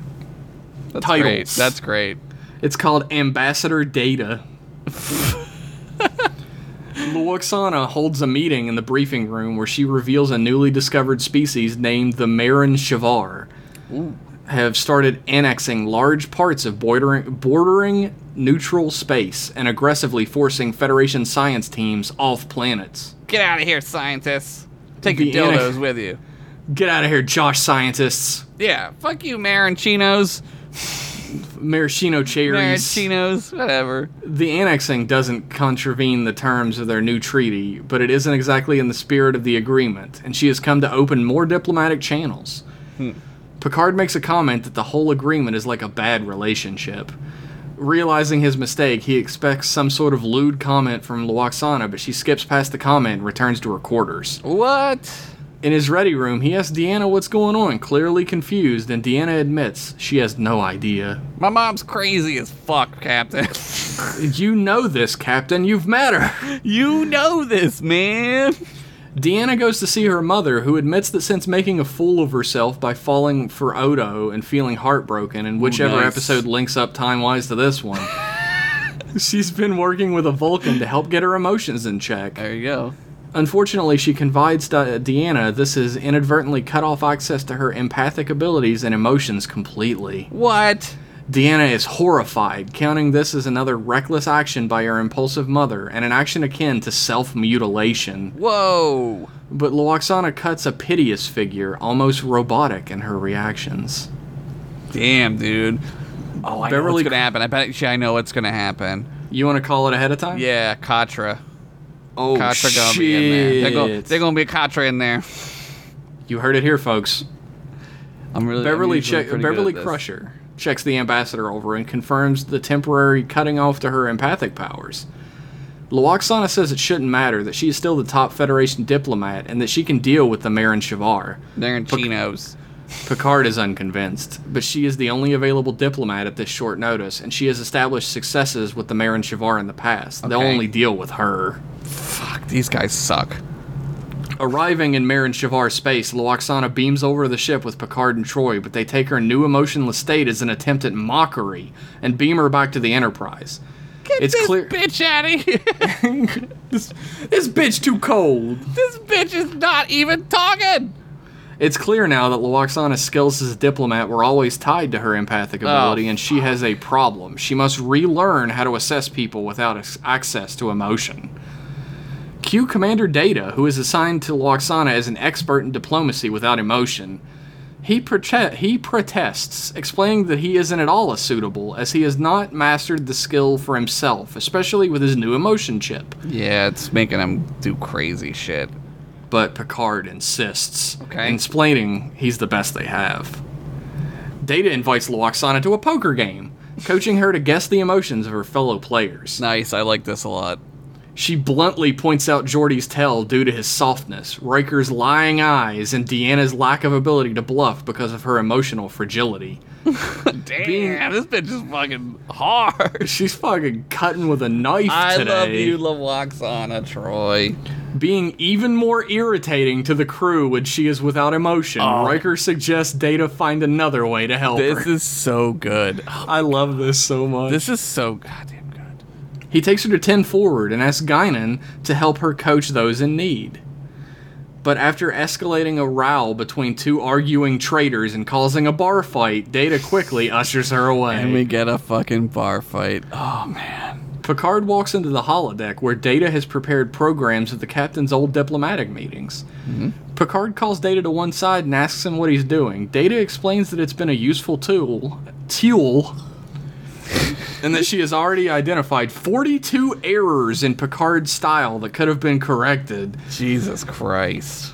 That's Titles. great. That's great. It's called Ambassador Data. Luoxana holds a meeting in the briefing room where she reveals a newly discovered species named the Marin Shavar have started annexing large parts of bordering, bordering neutral space and aggressively forcing Federation science teams off planets. Get out of here, scientists. Take The your dildos annex- with you. Get out of here, Josh scientists. Yeah, fuck you, Maranchinos. Maraschino cherries. Maranchinos, whatever. The annexing doesn't contravene the terms of their new treaty, but it isn't exactly in the spirit of the agreement, and she has come to open more diplomatic channels. Picard makes a comment that the whole agreement is like a bad relationship. Realizing his mistake, he expects some sort of lewd comment from Luoxana, but she skips past the comment and returns to her quarters. What? In his ready room, he asks Deanna what's going on, clearly confused, and Deanna admits she has no idea. My mom's crazy as fuck, Captain. You know this, Captain. You've met her. you know this, man. Deanna goes to see her mother, who admits that since making a fool of herself by falling for Odo and feeling heartbroken, and whichever nice. episode links up time wise to this one, she's been working with a Vulcan to help get her emotions in check. There you go. Unfortunately, she confides to uh, Deanna this has inadvertently cut off access to her empathic abilities and emotions completely. What? Deanna is horrified, counting this as another reckless action by her impulsive mother, and an action akin to self mutilation. Whoa. But Loaxana cuts a piteous figure, almost robotic in her reactions. Damn, dude. Oh, I know Beverly- what's gonna happen. I bet you I know what's gonna happen. You want to call it ahead of time? Yeah, Katra. Oh Katra shit! gonna be in there. They're gonna, they're gonna be a Katra in there. you heard it here, folks. I'm really Beverly I'm usually check pretty good at Beverly this. Crusher checks the ambassador over and confirms the temporary cutting off to her empathic powers. Luoxana says it shouldn't matter, that she is still the top Federation diplomat, and that she can deal with the Marin Shavar. They're in chinos. Picard is unconvinced, but she is the only available diplomat at this short notice, and she has established successes with the Marin Shavar in the past. They'll Okay. only deal with her. Fuck, these guys suck. Arriving in Marin Shavar space, Loaxana beams over the ship with Picard and Troy, but they take her new emotionless state as an attempt at mockery and beam her back to the Enterprise. Get It's this clear- bitch out of here. This bitch too cold. this bitch is not even talking. It's clear now that Loaxana's skills as a diplomat were always tied to her empathic ability, and she has a problem. She must relearn how to assess people without ex- access to emotion. Q Commander Data, who is assigned to Loaxana as an expert in diplomacy without emotion, he, prote- he protests, explaining that he isn't at all as suitable, as he has not mastered the skill for himself, especially with his new emotion chip. Yeah, it's making him do crazy shit. but Picard insists, Okay. explaining he's the best they have. Data invites Loaxana to a poker game, coaching her to guess the emotions of her fellow players. Nice, I like this a lot. She bluntly points out Geordi's tell due to his softness, Riker's lying eyes, and Deanna's lack of ability to bluff because of her emotional fragility. Damn, Being- this bitch is fucking hard. She's fucking cutting with a knife I today. love you, Lawaxana Troy. Being even more irritating to the crew when she is without emotion, Oh. Riker suggests Data find another way to help her. This is so good. I love this so much. This is so goddamn good. he takes her to 10 forward and asks Guinan to help her coach those in need. But after escalating a row between two arguing traitors and causing a bar fight, Data quickly ushers her away. And we get a fucking bar fight. Oh man. Picard walks into the holodeck where Data has prepared programs of the captain's old diplomatic meetings. Picard calls Data to one side and asks him what he's doing. Data explains that it's been a useful tool, tool, and that she has already identified 42 errors in Picard's style that could have been corrected. Jesus Christ.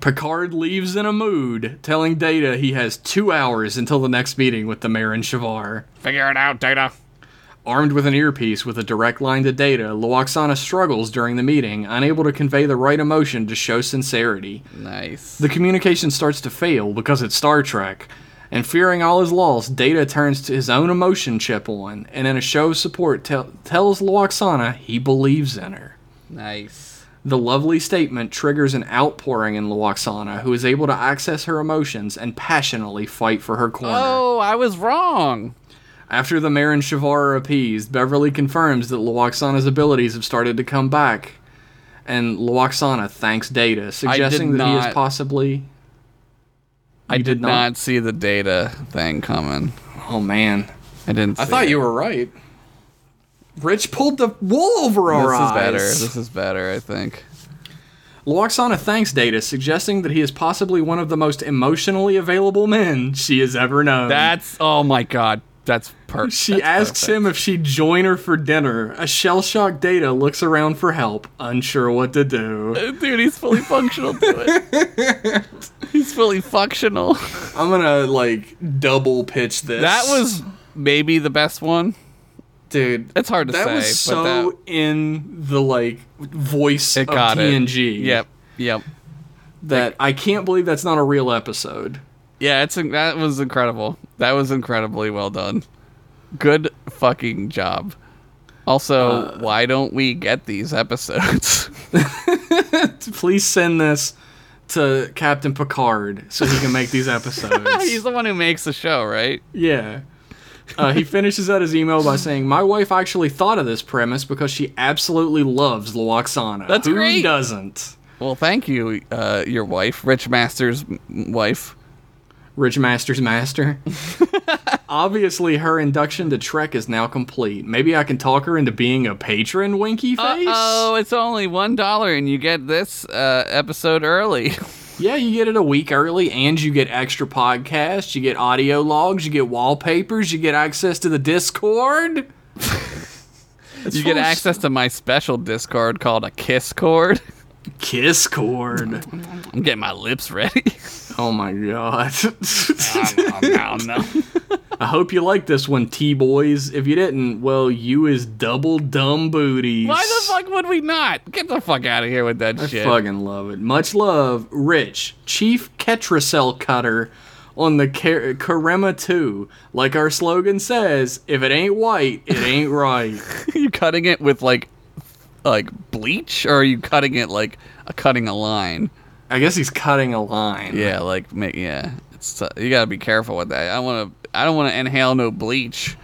Picard leaves in a mood, telling Data he has two hours until the next meeting with the Marin Shavar. Figure it out, Data. Armed with an earpiece with a direct line to data, Loaxana struggles during the meeting, unable to convey the right emotion to show sincerity. Nice. The communication starts to fail because it's Star Trek, and fearing all is lost, Data turns to his own emotion chip on, and in a show of support tell tells Loaxana he believes in her. Nice. The lovely statement triggers an outpouring in Loaxana, who is able to access her emotions and passionately fight for her corner. Oh, I was wrong. After the Marin Shavar are appeased, Beverly confirms that Loaxana's abilities have started to come back, and Loaxana thanks Data, suggesting that he not- is possibly. I You did, did not. not? see the data thing coming. Oh man, I didn't. See I thought it. you were right. Rich pulled the wool over This our is better. eyes. This is better. I think. Loaxana thanks Data, suggesting that he is possibly one of the most emotionally available men she has ever known. That's. Oh my god. That's perfect. She asks him if she'd join her for dinner. A shell shocked Data looks around for help, unsure what to do. Dude, he's fully functional to it. he's fully functional. I'm gonna like double pitch this. That was maybe the best one. dude. It's hard to that say. but was so that- in the like voice it of got TNG. it. Yep. Yep. That I can't believe that's not a real episode. Yeah, it's in- that was incredible. That was incredibly well done. Good fucking job. Also, why don't we get these episodes? Please send this to Captain Picard so he can make these He's episodes. the one who makes the show, right? yeah. Uh, he finishes out his email by saying, "My wife actually thought of this premise because she absolutely loves Loaxana. That's Who great. doesn't?" Well, thank you, uh, your wife, Rich Masters' m- wife. Rich Master's master. Obviously, her induction to Trek is now complete. Maybe I can talk her into being a patron, Winky Face? Oh, it's only one dollar, and you get this uh, episode early. Yeah, you get it a week early, and you get extra podcasts, you get audio logs, you get wallpapers, you get access to the Discord. It's you get full of access to my special Discord called a Kiss Cord. Kiss Cord. I'm getting my lips ready. Um, Oh my god. I don't know. I hope you like this one, T boys. If you didn't, well, you is double dumb booties. Why the fuck would we not? Get the fuck out of here with that I shit. fucking love it. Much love, Rich, Chief Ketracel Cutter on the Ker- Karema 2. Like our slogan says, if it ain't white, it ain't right. Are you cutting it with like like bleach or are you cutting it like a cutting a line? I guess he's cutting a line. Yeah, like ma- yeah. It's uh, you got to be careful with that. I want to I don't want to inhale no bleach.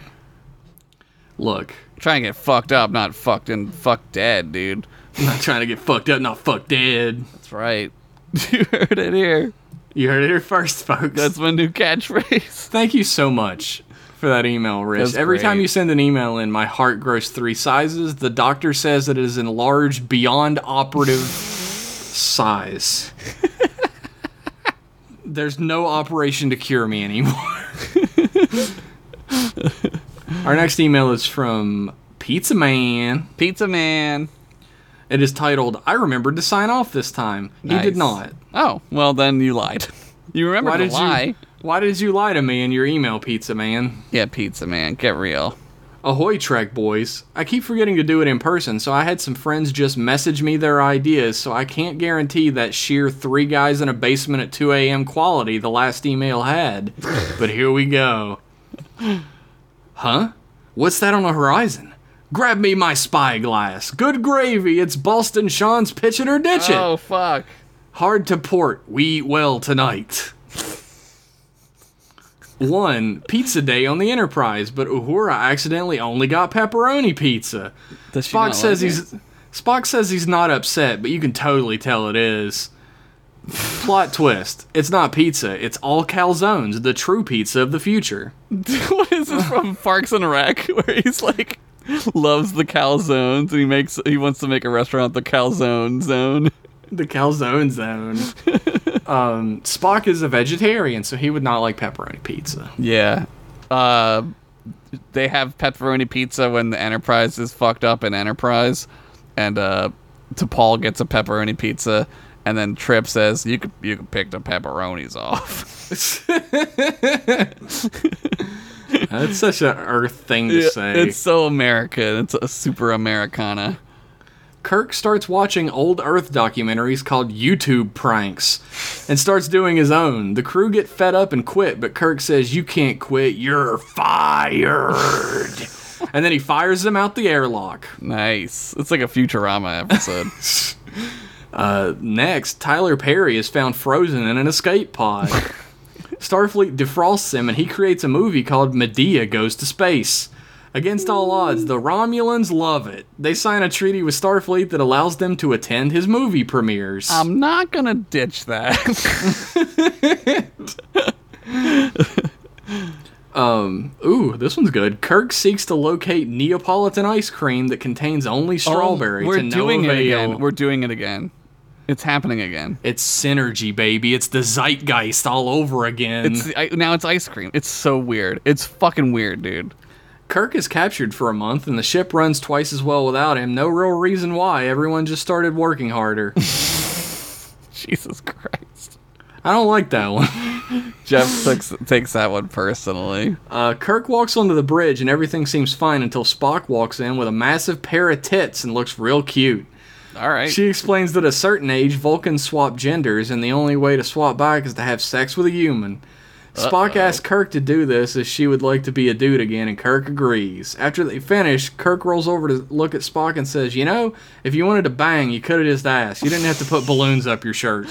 Look, Try and get fucked up, not fucked and fucked dead, dude. I'm not trying to get fucked up, not fucked dead. That's right. You heard it here. You heard it here first, folks. That's my new catchphrase. Thank you so much for that email, Rich. That's Every time great. you send an email in, my heart grows three sizes. The doctor says that it is enlarged beyond operative size. There's no operation to cure me anymore. Our next email is from Pizza Man. Pizza man. It is titled, I remembered to sign off this time. You Nice. did not. Oh, well then you lied. You remember Why to did lie. you why did you lie to me in your email, Pizza Man? Yeah, pizza man. Get real. Ahoy, Trek boys. I keep forgetting to do it in person, so I had some friends just message me their ideas, so I can't guarantee that sheer three guys in a basement at 2 a.m. quality the last email had. but here we go. Huh? What's that on the horizon? Grab me my spyglass. Good gravy, it's Boston Sean's pitch it or ditch it. Oh fuck. Hard to port. We eat well tonight. One pizza day on the Enterprise, but Uhura accidentally only got pepperoni pizza. Does she Spock not says like it? he's Spock says he's not upset, but you can totally tell it is. Plot twist: It's not pizza; it's all calzones, the true pizza of the future. what is this from Parks and Rec, where he's like loves the calzones and he makes he wants to make a restaurant the calzone zone. The calzone zone. um, Spock is a vegetarian, so he would not like pepperoni pizza. Yeah. Uh, they have pepperoni pizza when the Enterprise is fucked up in Enterprise, and uh, T'Pol gets a pepperoni pizza, and then Trip says you could you could pick the pepperonis off. That's such an Earth thing to say. it's so American. It's a super Americana. Kirk starts watching old Earth documentaries called YouTube pranks and starts doing his own. The crew get fed up and quit, but Kirk says, You can't quit, you're fired. and then he fires them out the airlock. Nice. It's like a Futurama episode. Uh, Next, Tyler Perry is found frozen in an escape pod. Starfleet defrosts him and he creates a movie called Medea Goes to Space. Against all odds, the Romulans love it. They sign a treaty with Starfleet that allows them to attend his movie premieres. I'm not gonna ditch that. Ooh, this one's good. Kirk seeks to locate Neapolitan ice cream that contains only strawberry. Oh, we're to doing no it avail. again. We're doing it again. It's happening again. it's synergy, baby. It's the zeitgeist all over again. It's I, now it's ice cream. It's so weird. It's fucking weird, dude. Kirk is captured for a month, and the ship runs twice as well without him. No real reason why. Everyone just started working harder. Jesus Christ. I don't like that one. Jeff takes, takes that one personally. Uh, Kirk walks onto the bridge, and everything seems fine until Spock walks in with a massive pair of tits and looks real cute. All right. She explains that at a certain age, Vulcans swap genders, and the only way to swap back is to have sex with a human. Spock asks Kirk to do this as she would like to be a dude again, and Kirk agrees. After they finish, Kirk rolls over to look at Spock and says, You know, if you wanted to bang, you could have just asked. You didn't have to put balloons up your shirt.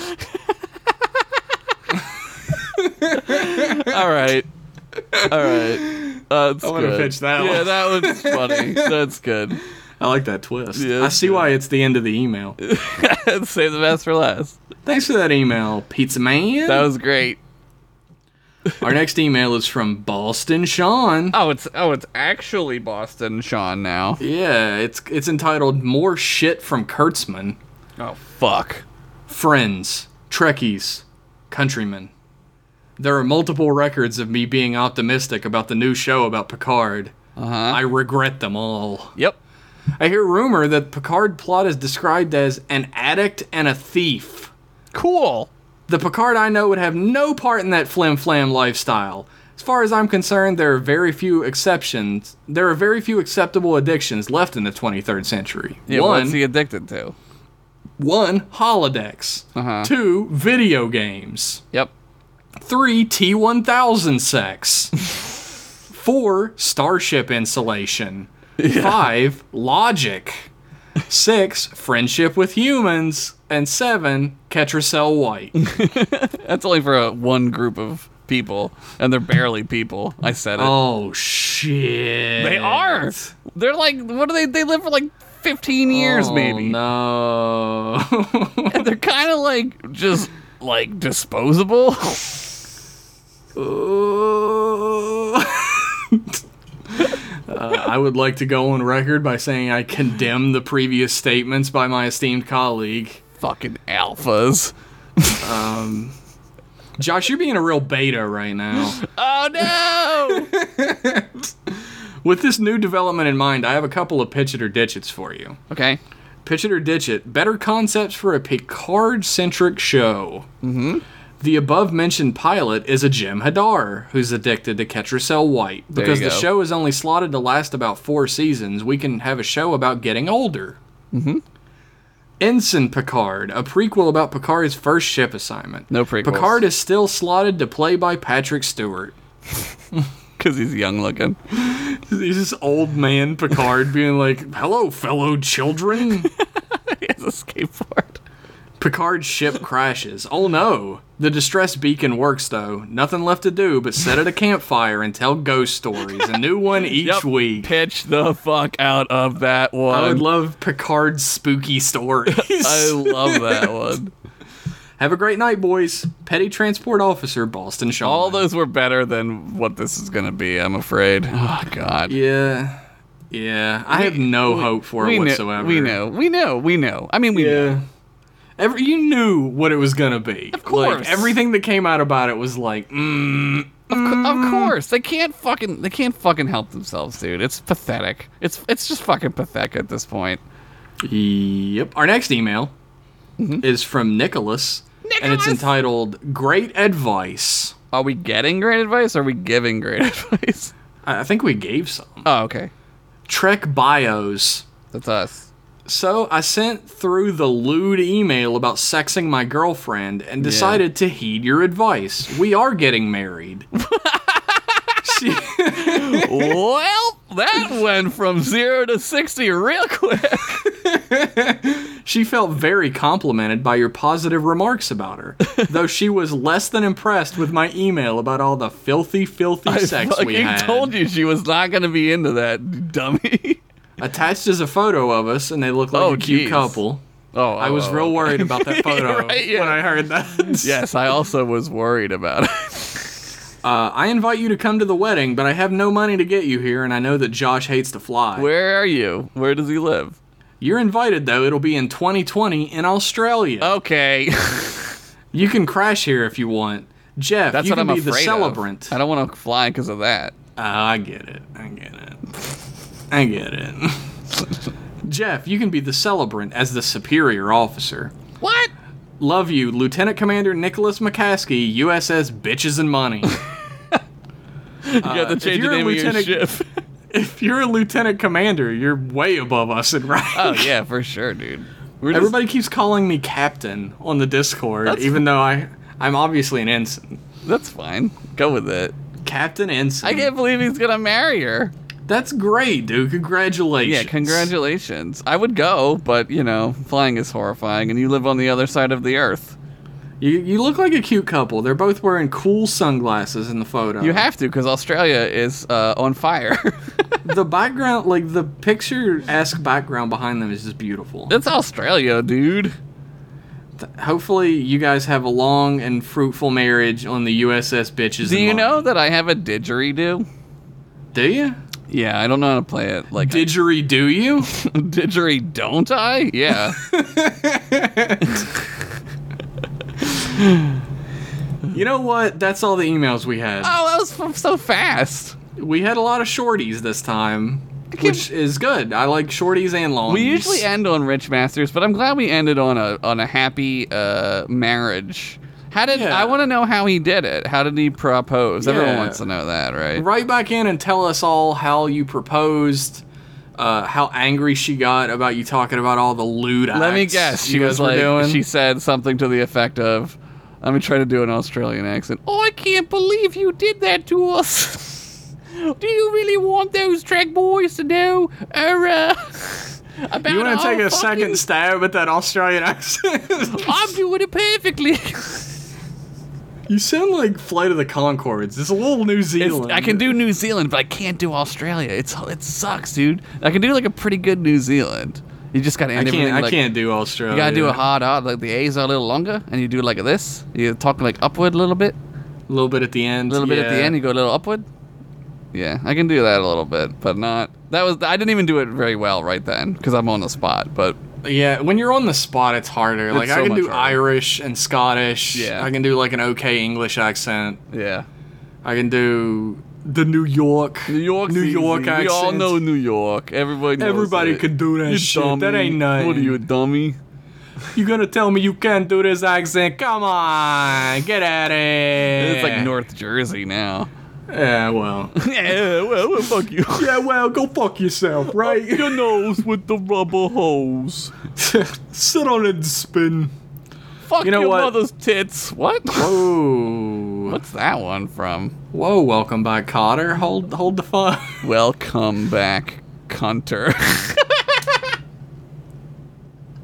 All right. All right. Uh, that's I wanna good. pitch that Yeah, one. that one's funny. That's good. I like that twist. Yeah, I that's see good. why it's the end of the email. Save the best for last. Thanks for that email, Pizza Man. That was great. Our next email is from Boston Sean. Oh, it's oh, it's actually Boston Sean now. Yeah, it's it's entitled More Shit from Kurtzman. Oh fuck. friends, Trekkies, countrymen. There are multiple records of me being optimistic about the new show about Picard. Uh-huh. I regret them all. Yep. I hear rumor that Picard plot is described as an addict and a thief. Cool. The Picard I know would have no part in that flim flam lifestyle. As far as I'm concerned, there are very few exceptions. There are very few acceptable addictions left in the 23rd century. Yeah, one, what's he addicted to? one, holodecks. Uh-huh. Two, video games. Yep. Three, T1000 sex. Four, starship insulation. Five, logic. Six, friendship with humans. And seven, Ketracel White. That's only for a, one group of people, and they're barely people. I said it. oh, shit. they are. They're like, what do they? They live for like 15 years, Oh, maybe. No. And they're kind of like just like disposable. Uh, I would like to go on record by saying I condemn the previous statements by my esteemed colleague. Fucking alphas. Josh, you're being a real beta right now. Oh no! With this new development in mind, I have a couple of pitch it or ditch it's for you. okay. Pitch it or ditch it. Better concepts for a Picard centric show. Mm-hmm. The above mentioned pilot is a Jim Hadar who's addicted to Ketracel White. you Because the go. show is only slotted to last about four seasons, we can have a show about getting older. Mm-hmm. Ensign Picard, a prequel about Picard's first ship assignment. No prequels. Picard is still slotted to play by Patrick Stewart. Because he's young looking. He's this old man Picard being like, "Hello, fellow children." He has a skateboard. Picard's ship crashes. Oh no! The distress beacon works though. Nothing left to do but sit at a campfire and tell ghost stories. A new one each week. Pitch the fuck out of that one. I would love Picard's spooky stories. I love that one. Have a great night, boys. Petty Transport Officer Boston Shaw. All those were better than what this is gonna be. I'm afraid. Oh God. Yeah, yeah. I have no hope for we it knew, whatsoever. We know. We know. We know. I mean, we know. Yeah. Every, you knew what it was gonna be. Of course. like, everything that came out about it was like, mm, Of course, they can't fucking they can't fucking help themselves, dude. It's pathetic. It's it's just fucking pathetic at this point. yep. Our next email is from Nicholas, and it's Nicholas! entitled "Great Advice." Are we getting great advice? Or are we giving great advice? I, I think we gave some Oh, okay, Trek bios. that's us. So I sent through the lewd email about sexing my girlfriend and decided to heed your advice. We are getting married. she, well, that went from zero to sixty real quick. She felt very complimented by your positive remarks about her, though she was less than impressed with my email about all the filthy, filthy sex fucking we had. told you she was not gonna be into that, dummy. Attached is a photo of us, and they look like Oh, a cute jeez. couple. Oh, I was real worried about that photo Right, yeah. when I heard that. Yes, I also was worried about it. Uh, I invite you to come to the wedding, but I have no money to get you here, and I know that Josh hates to fly. Where are you? Where does he live? You're invited, though. It'll be in 2020 in Australia. Oh. Okay, You can crash here if you want. Jeff, that's you what can I'm be afraid the celebrant. of. I don't want to fly because of that. Ah, I get it. I get it. I get it. Jeff, you can be the celebrant as the superior officer. What? Love you, Lieutenant Commander Nicholas McCaskey, USS Bitches and Money. You got to if change the you're a name of your ship. lieutenant- if you're a lieutenant commander, you're way above us in rank. oh yeah, for sure, dude. We're just- Everybody keeps calling me captain on the Discord, That's- even though I I'm obviously an ensign. that's fine. Go with it. Captain ensign. I can't believe he's gonna marry her. That's great, dude. Congratulations. Yeah, congratulations. I would go, but you know, flying is horrifying, and you live on the other side of the earth. You, you look like a cute couple. They're both wearing cool sunglasses in the photo. You have to, because Australia is uh, on fire. the background, like the picture esque background behind them is just beautiful. That's Australia, dude. Hopefully, you guys have a long and fruitful marriage on the USS Bitches. Do and you know Money. that I have a didgeridoo? Do you? Yeah, I don't know how to play it. Like Didgeridoo do you? didgeridoo, don't I? Yeah. you know what? That's all the emails we had. oh, that was f- so fast. We had a lot of shorties this time, can't- which is good. I like shorties and longs. We usually end on Rich Masters, but I'm glad we ended on a on a happy uh, marriage. How did Yeah. I want to know how he did it? How did he propose? Everyone Yeah. wants to know that, right? Write back in and tell us all how you proposed, uh, how angry she got about you talking about all the lewd Let me acts guess. you She guys was were like, doing. she said something to the effect of, "Let me try to do an Australian accent." Oh, I can't believe you did that to us. do you really want those track boys to know our, uh, about you want to our take a fucking- second stab at that Australian accent? I'm doing it perfectly. you sound like Flight of the Concords. It's a little New Zealand. I can do New Zealand, but I can't do Australia. It's it sucks, dude. I can do like a pretty good New Zealand. You just gotta I end can't. everything I like can't do Australia. You gotta do a hard out, like the A's are a little longer, and you do like this. You talk like upward a little bit, little bit at the end. a little bit at the yeah. end. You go a little upward. Yeah, I can do that a little bit, but not. That was I didn't even do it very well right then because I'm on the spot. But Yeah, when you're on the spot, it's harder. like so I can much do harder. Irish and Scottish. Yeah. I can do like an okay English accent. yeah, I can do the New York, New York, New York accent. We all know New York. Everybody. Knows Everybody it. could do that You shit. Dummy. That ain't nothing. What are you, a dummy? You gonna tell me you can't do this accent? Come on, get at it. It's like North Jersey now. Yeah, well. yeah, well, well, fuck you. yeah, well, go fuck yourself, right? Your nose with the rubber hose. Sit on it and spin. Fuck You know your what? mother's tits. What? Whoa. What's that one from? Whoa, welcome back, Cotter. Hold hold the phone. Welcome back, Cunter.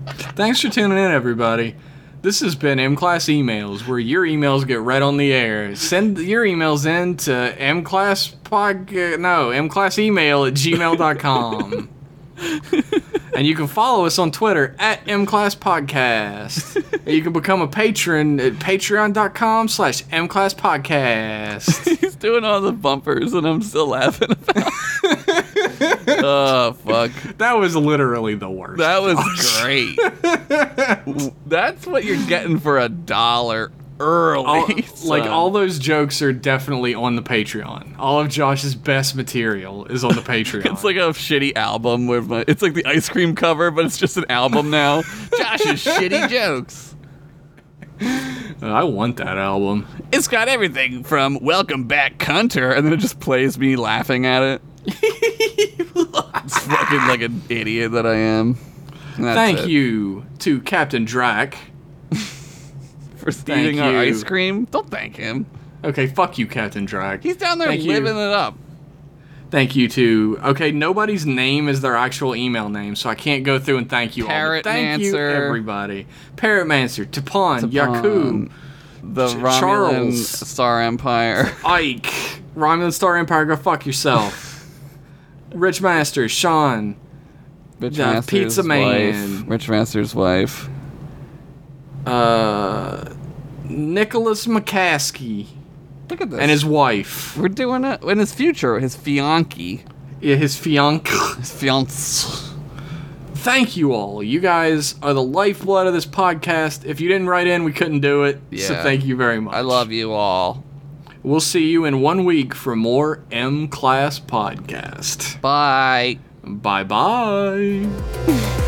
Thanks for tuning in, everybody. This has been M Class Emails, where your emails get read on the air. Send your emails in to M Class Pod. No, M Class Email at gmail.com. and you can follow us on Twitter at M Class Podcast. and you can become a patron at patreon.com slash M Class Podcast. He's doing all the bumpers, and I'm still laughing about. It. oh fuck! That was literally the worst. That was great. That's what you're getting for a dollar early. All- like son. all those jokes are definitely on the Patreon. All of Josh's best material is on the Patreon. It's like a shitty album with my. It's like the ice cream cover, but it's just an album now. Josh's shitty jokes. Uh, I want that album. It's got everything from "Welcome Back, Cunter," and then it just plays me laughing at it. it's fucking like an idiot that I am. And that's Thank it. you to Captain Drac. for stealing our you. ice cream. Don't thank him. Okay, fuck you, Captain Drac. He's down there Thank you. living it up. Thank you to okay. Nobody's name is their actual email name, so I can't go through and thank you all. but Parrot thank you, Mancer. everybody. Parrot Mancer, Tapon, Yaku, Tapon. The Ch- Romulan Charles. Star Empire. Ike, Romulan Star Empire. Go fuck yourself. Rich Master, Sean, Rich The Master's Pizza wife. Man. Rich Master's wife. uh, Nicholas McCaskey, Look at this. and his wife. we're doing it in his future. His fianchi. Yeah, his fiance. His fiance. thank you all. You guys are the lifeblood of this podcast. If you didn't write in, we couldn't do it. So Yeah. thank you very much. I love you all. We'll see you in one week for more M Class Podcast. Bye. Bye bye.